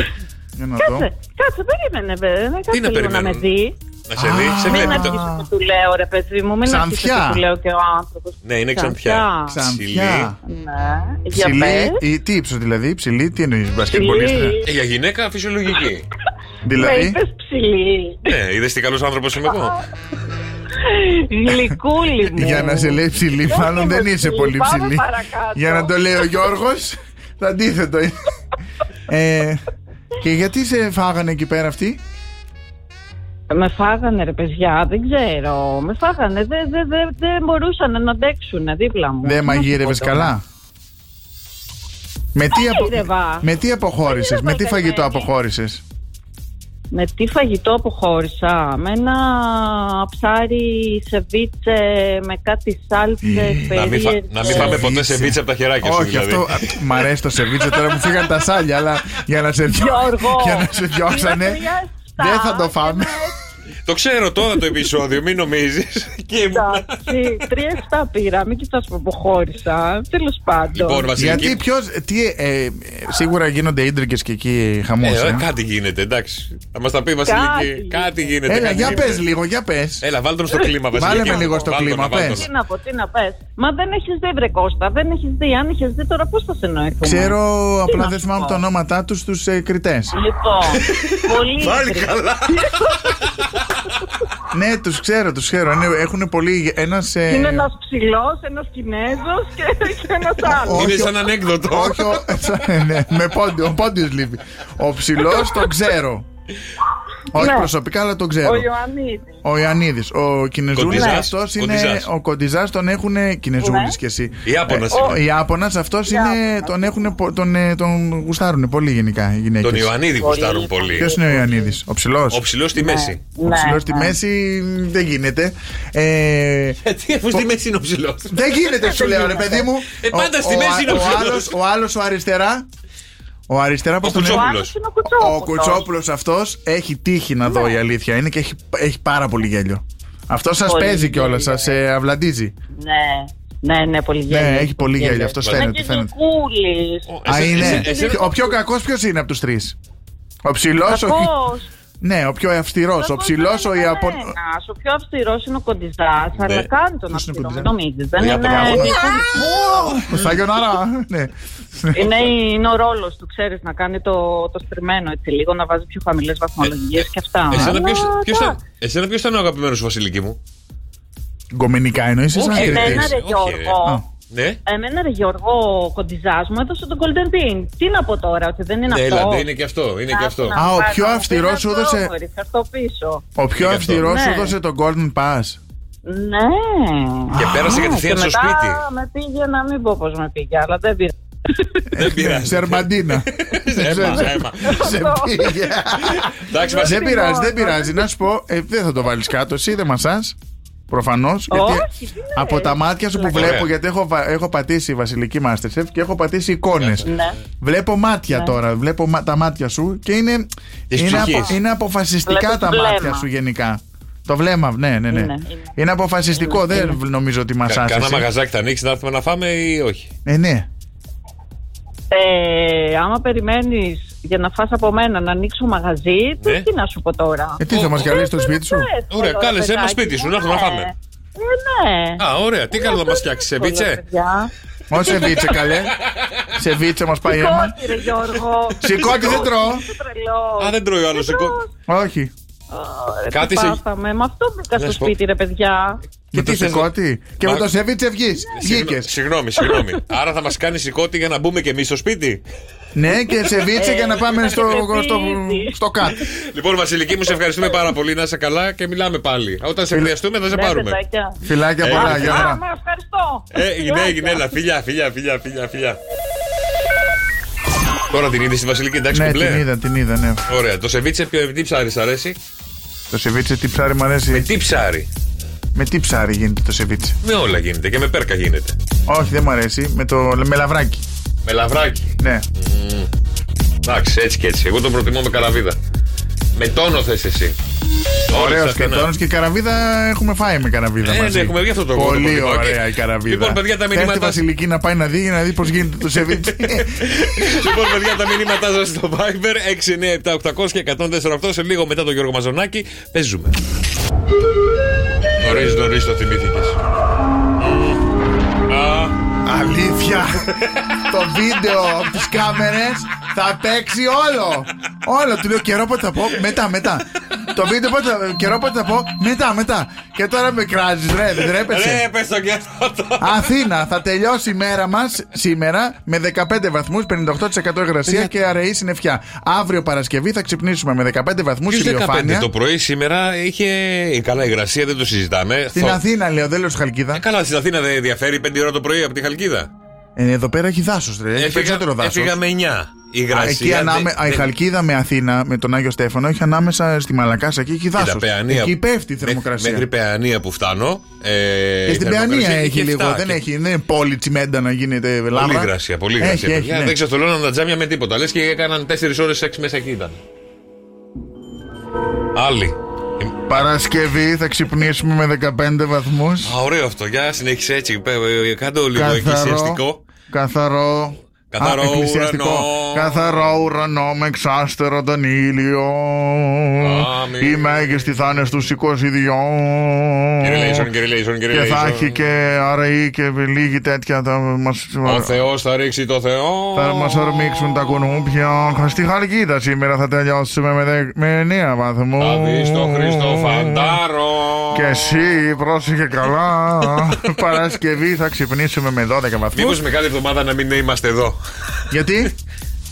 Για να δω.
Κάτσε, κάτσε, περίμενε, βέβαια. Κάτσε
Τι να
λίγο να με
περιμένουμε.
δει.
Να σε δει, σε
Μην
βλέπει το.
αρχίσει που του λέω, ρε παιδί μου. Μην αρχίσει
Ξανθιά.
που του λέω και ο άνθρωπος.
Ναι, είναι ξανθιά.
Ξανθιά.
Ναι, για
Ψηλή,
πες.
ή- τι ύψος δηλαδή, ψηλή, τι εννοείς, μπασκετμπολίστρια.
Ψηλή.
Ε, Για γυναίκα φυσιολογική.
Με
Δηλαδή,
είπες ψηλή.
Ναι, είδες τι καλός άνθρωπος είμαι εγώ.
Γλυκούλη μου.
για να σε λέει ψηλή,
Όχι,
μάλλον δεν
είμαι
είσαι
ψηλή.
πολύ
Πάμε
ψηλή.
παρακάτω.
Για να το λέει ο Γιώργος, το αντίθετο είναι. Ε, Και γιατί σε φάγανε εκεί πέρα αυτοί,
Με φάγανε ρε παιδιά, δεν ξέρω. Με φάγανε, δεν δε, δε, δε μπορούσαν να αντέξουν δίπλα μου.
Δεν μαγείρευε Ναι, καλά. Με τι, απο...
μαγείρευα.
με τι αποχώρησες, με τι
Μαγείρευα
φαγητό
η Ελένη.
αποχώρησες
Με τι φαγητό αποχώρησα. Με ένα ψάρι σεβίτσε με κάτι σάλτσες
Να μην, φα-
περίεργες.
να μην πάμε ποτέ σε βίτσα από τα χεράκια σου.
Όχι,
δηλαδή.
αυτό. α, Μ' αρέσει το σερβίτσε τώρα μου φύγαν τα σάλια, αλλά για να σε,
Ε,
διώ-
Γιώργο,
για να σε διώξανε.
είναι χρειαστά
Δεν θα το φάμε.
Το ξέρω τώρα το επεισόδιο, μην νομίζεις.
Εντάξει, τρία-εφτά πήρα, μην κοιτάς που αποχώρησα. Τέλος πάντων.
Λοιπόν, Βασιλική.
Γιατί ποιο. Ε, ε, σίγουρα γίνονται ίντρικες και εκεί χαμός.
Ε, κάτι γίνεται, εντάξει. Θα μας τα πει η Βασιλική.
Κάτι.
Κάτι γίνεται.
Έλα,
κάτι
για
γίνεται.
πες λίγο, για πες.
Έλα, βάλτε τον στο κλίμα, Βασιλική.
Βάλε με λίγο στο
Βάλ' τον,
κλίμα,
βάλ' τον.
πες.
τι να πω, τι να πες. Μα δεν έχεις δει, βρε Κώστα, δεν έχεις δει. Αν έχεις δει, τώρα πώς θα σε
ε,
νοηθούμε.
Ξέρω, απλά
να
δεν
σου
θυμάμαι
πω.
τα ονόματά τους στου ε, κριτές.
Λοιπόν, πολύ. ήτρε.
καλά.
Ναι, τους ξέρω, τους ξέρω. Έχουν πολύ. ε, Ένα.
Είναι ένας ψηλός, ένας Κινέζος και, και ένας άλλος.
Είναι
Όχι,
σαν ανέκδοτο.
Όχι, ο- ναι, με πόντιο, ο πόντιος λείπει. Ο ψηλός τον ξέρω. Όχι
Ναι.
προσωπικά, αλλά τον ξέρω.
Ο Ιωαννίδης.
Ο Ιωαννίδης, ο Κινεζούλης
Κοντιζάς,
αυτός είναι,
Κοντιζάς.
ο Κοντιζάς τον έχουν Κινεζούλης
Ναι.
και εσύ.
Ιάπωνας
Ε,
είναι.
Ο Ιάπωνας αυτός είναι, τον, έχουνε πο- τον, ε, τον γουστάρουν πολύ γενικά οι γυναίκες.
Τον Ιωαννίδη γουστάρουν πολύ.
Ποιος είναι ο Ιωαννίδης, ο ψηλός.
Ο ψηλός στη μέση.
Ο
Ναι,
ψηλός στη
ναι.
μέση μ, δεν γίνεται. Ε,
Γιατί αφού στη μέση είναι ο ψηλός.
δεν γίνεται σου λέω ρε παιδί μου.
Ε, πάντα
Ο-
στη
ο-
μέση είναι ο ψηλός.
άλλος- Ο άλλος ο αριστερά. Ο αριστερά πώς τον
Κουτσόπουλος.
λένε?
Ο άλλος είναι ο
Ο
Κουτσόπουλος.
Κουτσόπουλο αυτός έχει τύχει να
Ναι.
δω η αλήθεια είναι και έχει, έχει πάρα πολύ γέλιο. Αυτό σας
Πολύ
παίζει
γέλιο,
κιόλας, σας ε, αυλαντίζει.
Ναι, ναι, ναι, πολύ γέλιο.
Ναι, έχει πολύ γέλιο, αυτό
Βάζει.
φαίνεται.
Είναι
φαίνεται.
και κούλης.
Ε,
Α, είναι. Ο πιο κακός ποιος είναι από τους τρεις. Ο ψηλός, ο.
Κακός.
Ναι, ο πιο αυστηρός. Ο
Κακός
ψηλό,
δεν
ο
είναι
Ιαπων.
κανένας. Ο πιο αυστηρός είναι ο κοντιζάς, αλλά κάνει τον
Ναι. Ποιος είναι ο
αυστηρό. Μην
Κοντιζάς?
νομίζεις, δεν
Ο
είναι.
Ιαπωνέζος.
Ο Σαγιονάρα. Ναι.
Είναι, είναι ο ρόλος του, ξέρεις, να κάνει το, το στριμμένο έτσι λίγο, να βάζει πιο χαμηλές βαθμολογίες
Ε,
και αυτά.
Εσένα
Αλλά,
ποιος ήταν,
εντάξει.
εσένα ποιος ήταν ο αγαπημένος σου, Βασιλική μου.
Γκομενικά εννοεί ή σαν
Όχι,
Εμένα ρε
κριτή.
όχι,
ρε. Ε, Α.
Γιώργο.
Ναι.
Εμένα ρε Γιώργο, ο κοντιζάς μου έδωσε τον Golden Bean. Τι να πω τώρα, ότι δεν είναι
Ναι,
δηλαδή
αυτό.
έλατε, είναι και αυτό. Είναι και αυτό.
Να
Α, ο
πάρω,
πιο
δεν
αυστηρός
είναι
σου
αυτό,
έδωσε-
μωρή, Θα το πίσω.
Ο πιο
αυτό.
αυστηρό σου
Ναι.
έδωσε τον Golden Pass.
Ναι.
Και πέρασε
Α,
κατευθείαν
και
στο
μετά
σπίτι.
με πήγε να μην πω πώς με πήγε, αλλά δεν πήρα.
Δεν πειράζει.
Σερμαντίνα.
Έμα, έμα.
Σε πήγε.
Εντάξει,
Δεν
Βασιλική.
πειράζει, δεν πειράζει. Να σου πω, ε, δεν θα το βάλεις κάτω. Εσύ δεν μασάς. Προφανώς.
Όχι, τι λες.
από τα μάτια σου που
Ωραία.
βλέπω, γιατί έχω, βα- έχω πατήσει Βασιλική Masterchef και έχω πατήσει εικόνες.
Ναι.
Βλέπω μάτια τώρα. Βλέπω μα- τα μάτια σου και είναι,
Της
είναι,
ψυχής.
είναι αποφασιστικά
Βλέπεις
τα
βλέμμα.
μάτια σου γενικά. Το βλέμμα, ναι, ναι, ναι.
Είναι,
Είναι,
είναι.
αποφασιστικό. δεν νομίζω ότι μασάς
Κάνα
εσύ.
μαγαζάκι θα ανοίξεις να έρθουμε να φάμε ή όχι.
Ε, ναι.
Ε, άμα περιμένεις για να φας από μένα να ανοίξω μαγαζί,
Ναι.
τι, τι να σου πω τώρα.
Ε, τι θα μας καλέσει στο σπίτι σου.
Πες,
Ωραία,
θέλω,
κάλεσε
παιδάκι
ένα σπίτι σου, να έρθουμε να
ναι.
φάμε.
Ε, ναι.
Α, ωραία. Τι καλό να μα φτιάξει, σε βίτσε.
Ω σε βίτσε, καλέ. σε βίτσε μα
Λοιπόν.
πάει αίμα.
Σηκώτη ρε Γιώργο.
Σηκώτη δεν τρώω.
Είσαι τρελός.
Α, δεν τρώει ο άλλος.
Δεν τρώω.
Όχι.
Ωραία,
Κάτι
τι
σε-
πάθαμε. Με αυτό μπήκα
Να
στο
σου πω.
σπίτι ρε παιδιά.
Και με
τι
το
θες να-
σηκώτη. Και με
Μα-
το σεβίτσε βγεις. Βγήκες.
Συγγνώμη, συγγνώμη. Άρα θα μας κάνει σηκώτη για να μπούμε και εμείς στο σπίτι.
Ναι, και σεβίτσε για να πάμε στο,
Ε,
στο,
σεβίτσε.
στο κάτω.
Λοιπόν, Βασιλική, μου σε ευχαριστούμε πάρα πολύ. Να είσαι καλά και μιλάμε πάλι. Όταν σε χρειαστούμε, θα σε
Ναι,
Ε, πάρουμε.
παιδάκια.
Φιλάκια
Ε,
πολλά,
ε,
για
Α,
χαρά.
μα ευχαριστώ.
Ε, ναι,
Φιλάκια.
γυναίκα, φιλιά, φιλιά, φιλιά, φιλιά, φιλιά. Τώρα την είδες στη Βασιλική, εντάξει,
Ναι,
και μπλε.
την είδα, την είδα, ναι.
Ωραία. Το σεβίτσε ποιο τι ψάρι σ' αρέσει.
Το σεβίτσε τι ψάρι μου
Με
αρέσει.
τι ψάρι.
Με τι ψάρι γίνεται το σεβίτσε.
Με όλα γίνεται και με πέρκα γίνεται.
Όχι, δεν μου αρέσει. Με το με λαβράκι.
Με λαβράκι.
Ναι.
Εντάξει, έτσι και έτσι. Εγώ το προτιμώ με καραβίδα. Με τόνο θες εσύ.
Ωραίος και τόνος και καραβίδα έχουμε φάει με καραβίδα.
Ε,
μαζί.
ναι, έχουμε βγει αυτό το
Πολύ
κομμάτι.
ωραία η
Οκ.
καραβίδα.
Λοιπόν, παιδιά, τα
Θέλει τη
μηνύματα-
Βασιλική να πάει να δει για να δει πώς γίνεται το σεβίτσε.
λοιπόν, παιδιά, τα μηνύματά σας στο Viber 697-800 και 148 σε λίγο μετά τον Γιώργο Μαζονάκη. Παίζουμε. Νωρίς, νωρίς το θυμήθηκες.
Αλήθεια! το βίντεο από τις κάμερες θα παίξει όλο! Όλο! Του λέω καιρό πότε θα πω, μετά, μετά. το βίντεο πότε θα, καιρό πότε θα πω, μετά, μετά. Και τώρα με κράζεις, ρε, δεν τρέπεσαι.
Ρε, πες τον και αυτό.
Αθήνα, θα τελειώσει η μέρα μας σήμερα με 15 βαθμού, 58% υγρασία και αραιή συννεφιά. Αύριο Παρασκευή θα ξυπνήσουμε με 15 βαθμούς
Ποιος 15
ηλιοφάνεια.
το πρωί σήμερα είχε. ε, Καλά, υγρασία δεν το συζητάμε.
Στην
Θο-
Αθήνα, λέω, δεν λέω στη
Ε,
Χαλκίδα.
Καλά, στην Αθήνα δεν διαφέρει 5 ώρα το πρωί από τη Χαλκίδα.
Ε, εδώ πέρα έχει δάσος, ρε. Έχει
Έφυγα-
περισσότερο δάσος.
Έφυγα με 9. Η Γρασία.
Εκεί ανάμε,
δεν-
η
δεν-
Χαλκίδα με Αθήνα, με τον Άγιο Στέφανο, έχει ανάμεσα στη Μαλακάσα και έχει
Κοίτα,
δάσος.
Παιανία-
Εκεί πέφτει η
μέχρι-
θερμοκρασία.
Μέχρι Παιανία που φτάνω. Ε,
και στην
η
Παιανία
θερμοκρασία
έχει
και
λίγο.
φτά-
δεν,
και-
έχει, δεν είναι πόλη τσιμέντα να γίνεται λάβα.
Πολύ γρασία, πολύ γρασία.
Έχει, έχει,
παιδιά.
ναι.
Δεν ξεστολώναν τα τζάμια με τίποτα. Λες και έκαναν 4 ώρες σεξ μέσα εκεί ήταν. Άλλη. Ε,
Παρασκευή θα ξυπνήσουμε με 15 βαθμούς.
Α, ωραίο αυτό. Για συνέχισε έτσι. Πε- ε, Κάντο λίγο εκκλησιαστικό.
Καθαρό. Καθαρό.
Καθαρό
Α, εκκλησιαστικό.
ουρανό.
Καθαρό ουρανό με εξάστερο τον ήλιο.
Αμήν.
Η μέγιστη θα είναι στους 22.
Κύριε Λέισον, κύριε Λέισον, κύριε
Και θα έχει
Λέισον.
και αραιή και λίγη τέτοια θα μας,
Ο Θεός θα ρίξει το Θεό.
θα μας ορμήξουν τα κουνούπια. Στη Χαλκίδα σήμερα θα τελειώσουμε με, δε, με 9 βαθμού.
Θα δεις το Χριστοφαντάρο.
Και εσύ πρόσεχε καλά. Παρασκευή θα ξυπνήσουμε με 12
Μήπω
βαθμούς
μεγάλη εβδομάδα να μην είμαστε εδώ.
Γιατί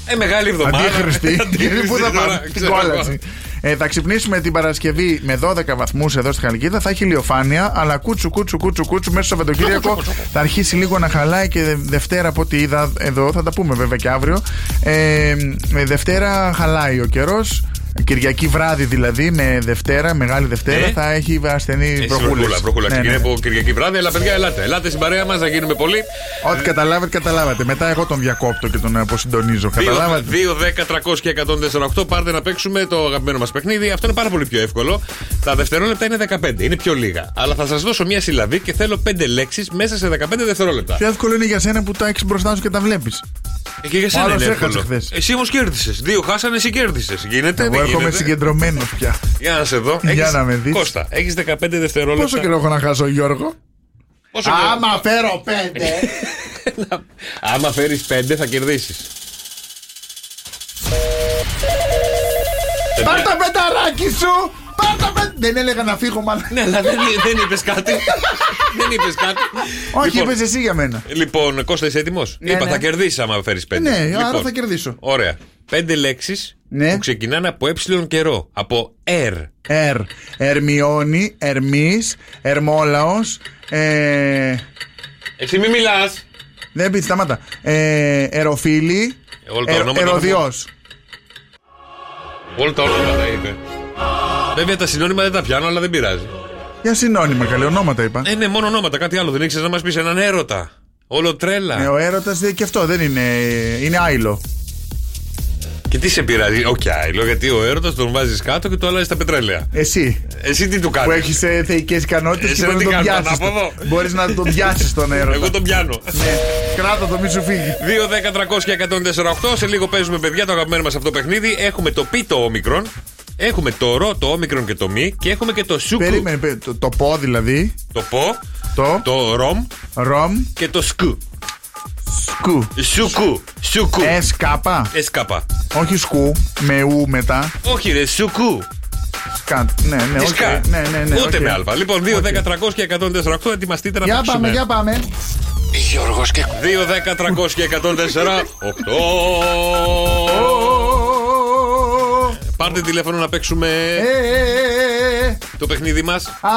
Ε, μεγάλη εβδομάδα.
αντίχρηστη. Γιατί
Αντίχρηστη
πού θα
τώρα,
πάμε. Την
ξέρω εγώ.
κόλαση. Ε, θα ξυπνήσουμε την Παρασκευή με 12 βαθμούς εδώ στη Χαλκίδα. Θα έχει ηλιοφάνεια, αλλά κούτσου, κούτσου, κούτσου, κούτσου μέσα στο Σαββατοκύριακο θα αρχίσει λίγο να χαλάει και δε- Δευτέρα από ό,τι είδα εδώ. Θα τα πούμε βέβαια και αύριο. Ε, ε, Δευτέρα χαλάει ο καιρός. Κυριακή βράδυ δηλαδή, με Δευτέρα, μεγάλη Δευτέρα,
Ε.
θα έχει ασθενή Ναι,
Εσύ
προχούλα.
Προχούλα, προχούλα. Ξεκινάει από Κυριακή βράδυ, αλλά παιδιά, ελάτε. Ελάτε στην παρέα μας, να γίνουμε πολλοί.
Ό,τι καταλάβατε, καταλάβατε. Μετά εγώ τον διακόπτω και τον αποσυντονίζω. Καταλάβατε.
2, 10, 300 και 148. Πάρτε να παίξουμε το αγαπημένο μας παιχνίδι. Αυτό είναι πάρα πολύ πιο εύκολο. Τα δευτερόλεπτα είναι 15, είναι πιο λίγα. Αλλά θα σας δώσω μία συλλαβή και θέλω 5 λέξεις μέσα σε 15 δευτερόλεπτα.
Πιο εύκολο είναι για σένα που τα έχεις μπροστά σου και τα βλέπεις.
Ε, Και για
Ο
σένα
άλλος
είναι
έχασε
εύκολο.
χθες.
Εσύ όμως κέρδισες. Δύο χάσανε, εσύ κέρδισες. Γίνεται,
Εγώ
δεν
έρχομαι
γίνεται.
συγκεντρωμένος πια.
Για να σε δω.
Για
Έχεις-
να με δεις.
Κώστα, έχεις 15 δευτερόλεπτα.
Πόσο καιρό έχω να χάσω, Γιώργο.
Πόσο καιρό?
φέρω πέντε.
Άμα φέρεις 5 θα κερδίσεις.
Πάρ το πενταράκι σου! Πάρ το πεν- Δεν έλεγα να φύγω, μάλλον.
Ναι, αλλά δεν, δεν είπες κάτι. δεν είπες κάτι.
Όχι,
λοιπόν,
είπες εσύ για μένα.
Λοιπόν, Κώστα, είσαι έτοιμος. Είπα,
ναι.
θα κερδίσεις άμα φέρεις πέντε.
Ναι,
λοιπόν,
άρα θα κερδίσω.
Ωραία. Πέντε λέξεις
Ναι.
που ξεκινάνε από ε καιρό. Από air.
Ερ. Ερμιόνι, Ερμής, Ερμόλαος. Ε,
Εσύ μη μιλάς.
δεν πεις, σταμάτα. Ε,
Ε,
Εροφίλη. Ε,
Όλα τα ονόματα
Εροδιό.
Όλα τα ονόματα είπε. Βέβαια τα συνώνυμα δεν τα πιάνω, αλλά δεν πειράζει.
Για συνώνυμα, καλή ονόματα είπα.
Ε, ναι, μόνο ονόματα, κάτι άλλο. Δεν ήξερες να μας πεις έναν έρωτα. Όλο τρέλα.
Ε, ο έρωτας και αυτό δεν είναι. ε, Είναι άϊλο.
Και τι σε πειράζει, Οκ, άλλο, γιατί ο έρωτας τον βάζεις κάτω και το αλλάζεις στα πετρέλαια.
Εσύ.
Εσύ τι του κάνεις.
που έχεις θεϊκές ικανότητες
Εσύ
και
δεν
μπορεί
την
να τον
κάνω,
πιάσει.
ανάποδο.
Μπορείς να τον πιάσεις τον έρωτα.
Εγώ τον πιάνω.
Ναι, κράτα το, μη σου φύγει.
2, 10, 300 και 148. Σε λίγο παίζουμε, παιδιά, το αγαπημένο μας αυτό παιχνίδι. Έχουμε το πι το όμικρον. Έχουμε το ρο, το όμικρον και το μη. Και έχουμε και το σουκου.
Περίμενε, περί- το, το πω δηλαδή.
Το πο,
Το,
το ρομ
ρομ
και το σκου.
σκου.
Σουκου. Σουκου.
Σ κάπα.
Εσκάπα.
Όχι σκου. Με ου μετά.
Ε, Όχι, ρε, σουκου.
Σκατ. Ναι, ναι,
Τι
όχι.
σκά.
Ναι, ναι, ναι.
Ούτε
οκ.
με αλφα. Λοιπόν, 2, 10, 300 και 148. Ετοιμαστείτε να
Για πάμε,
παίξουμε.
για πάμε.
Γιώργος και
2, 10, 300 και 104. 8. Πάρτε τηλέφωνο να παίξουμε
Ε, ε, ε, ε, ε.
το παιχνίδι μας.
Ας,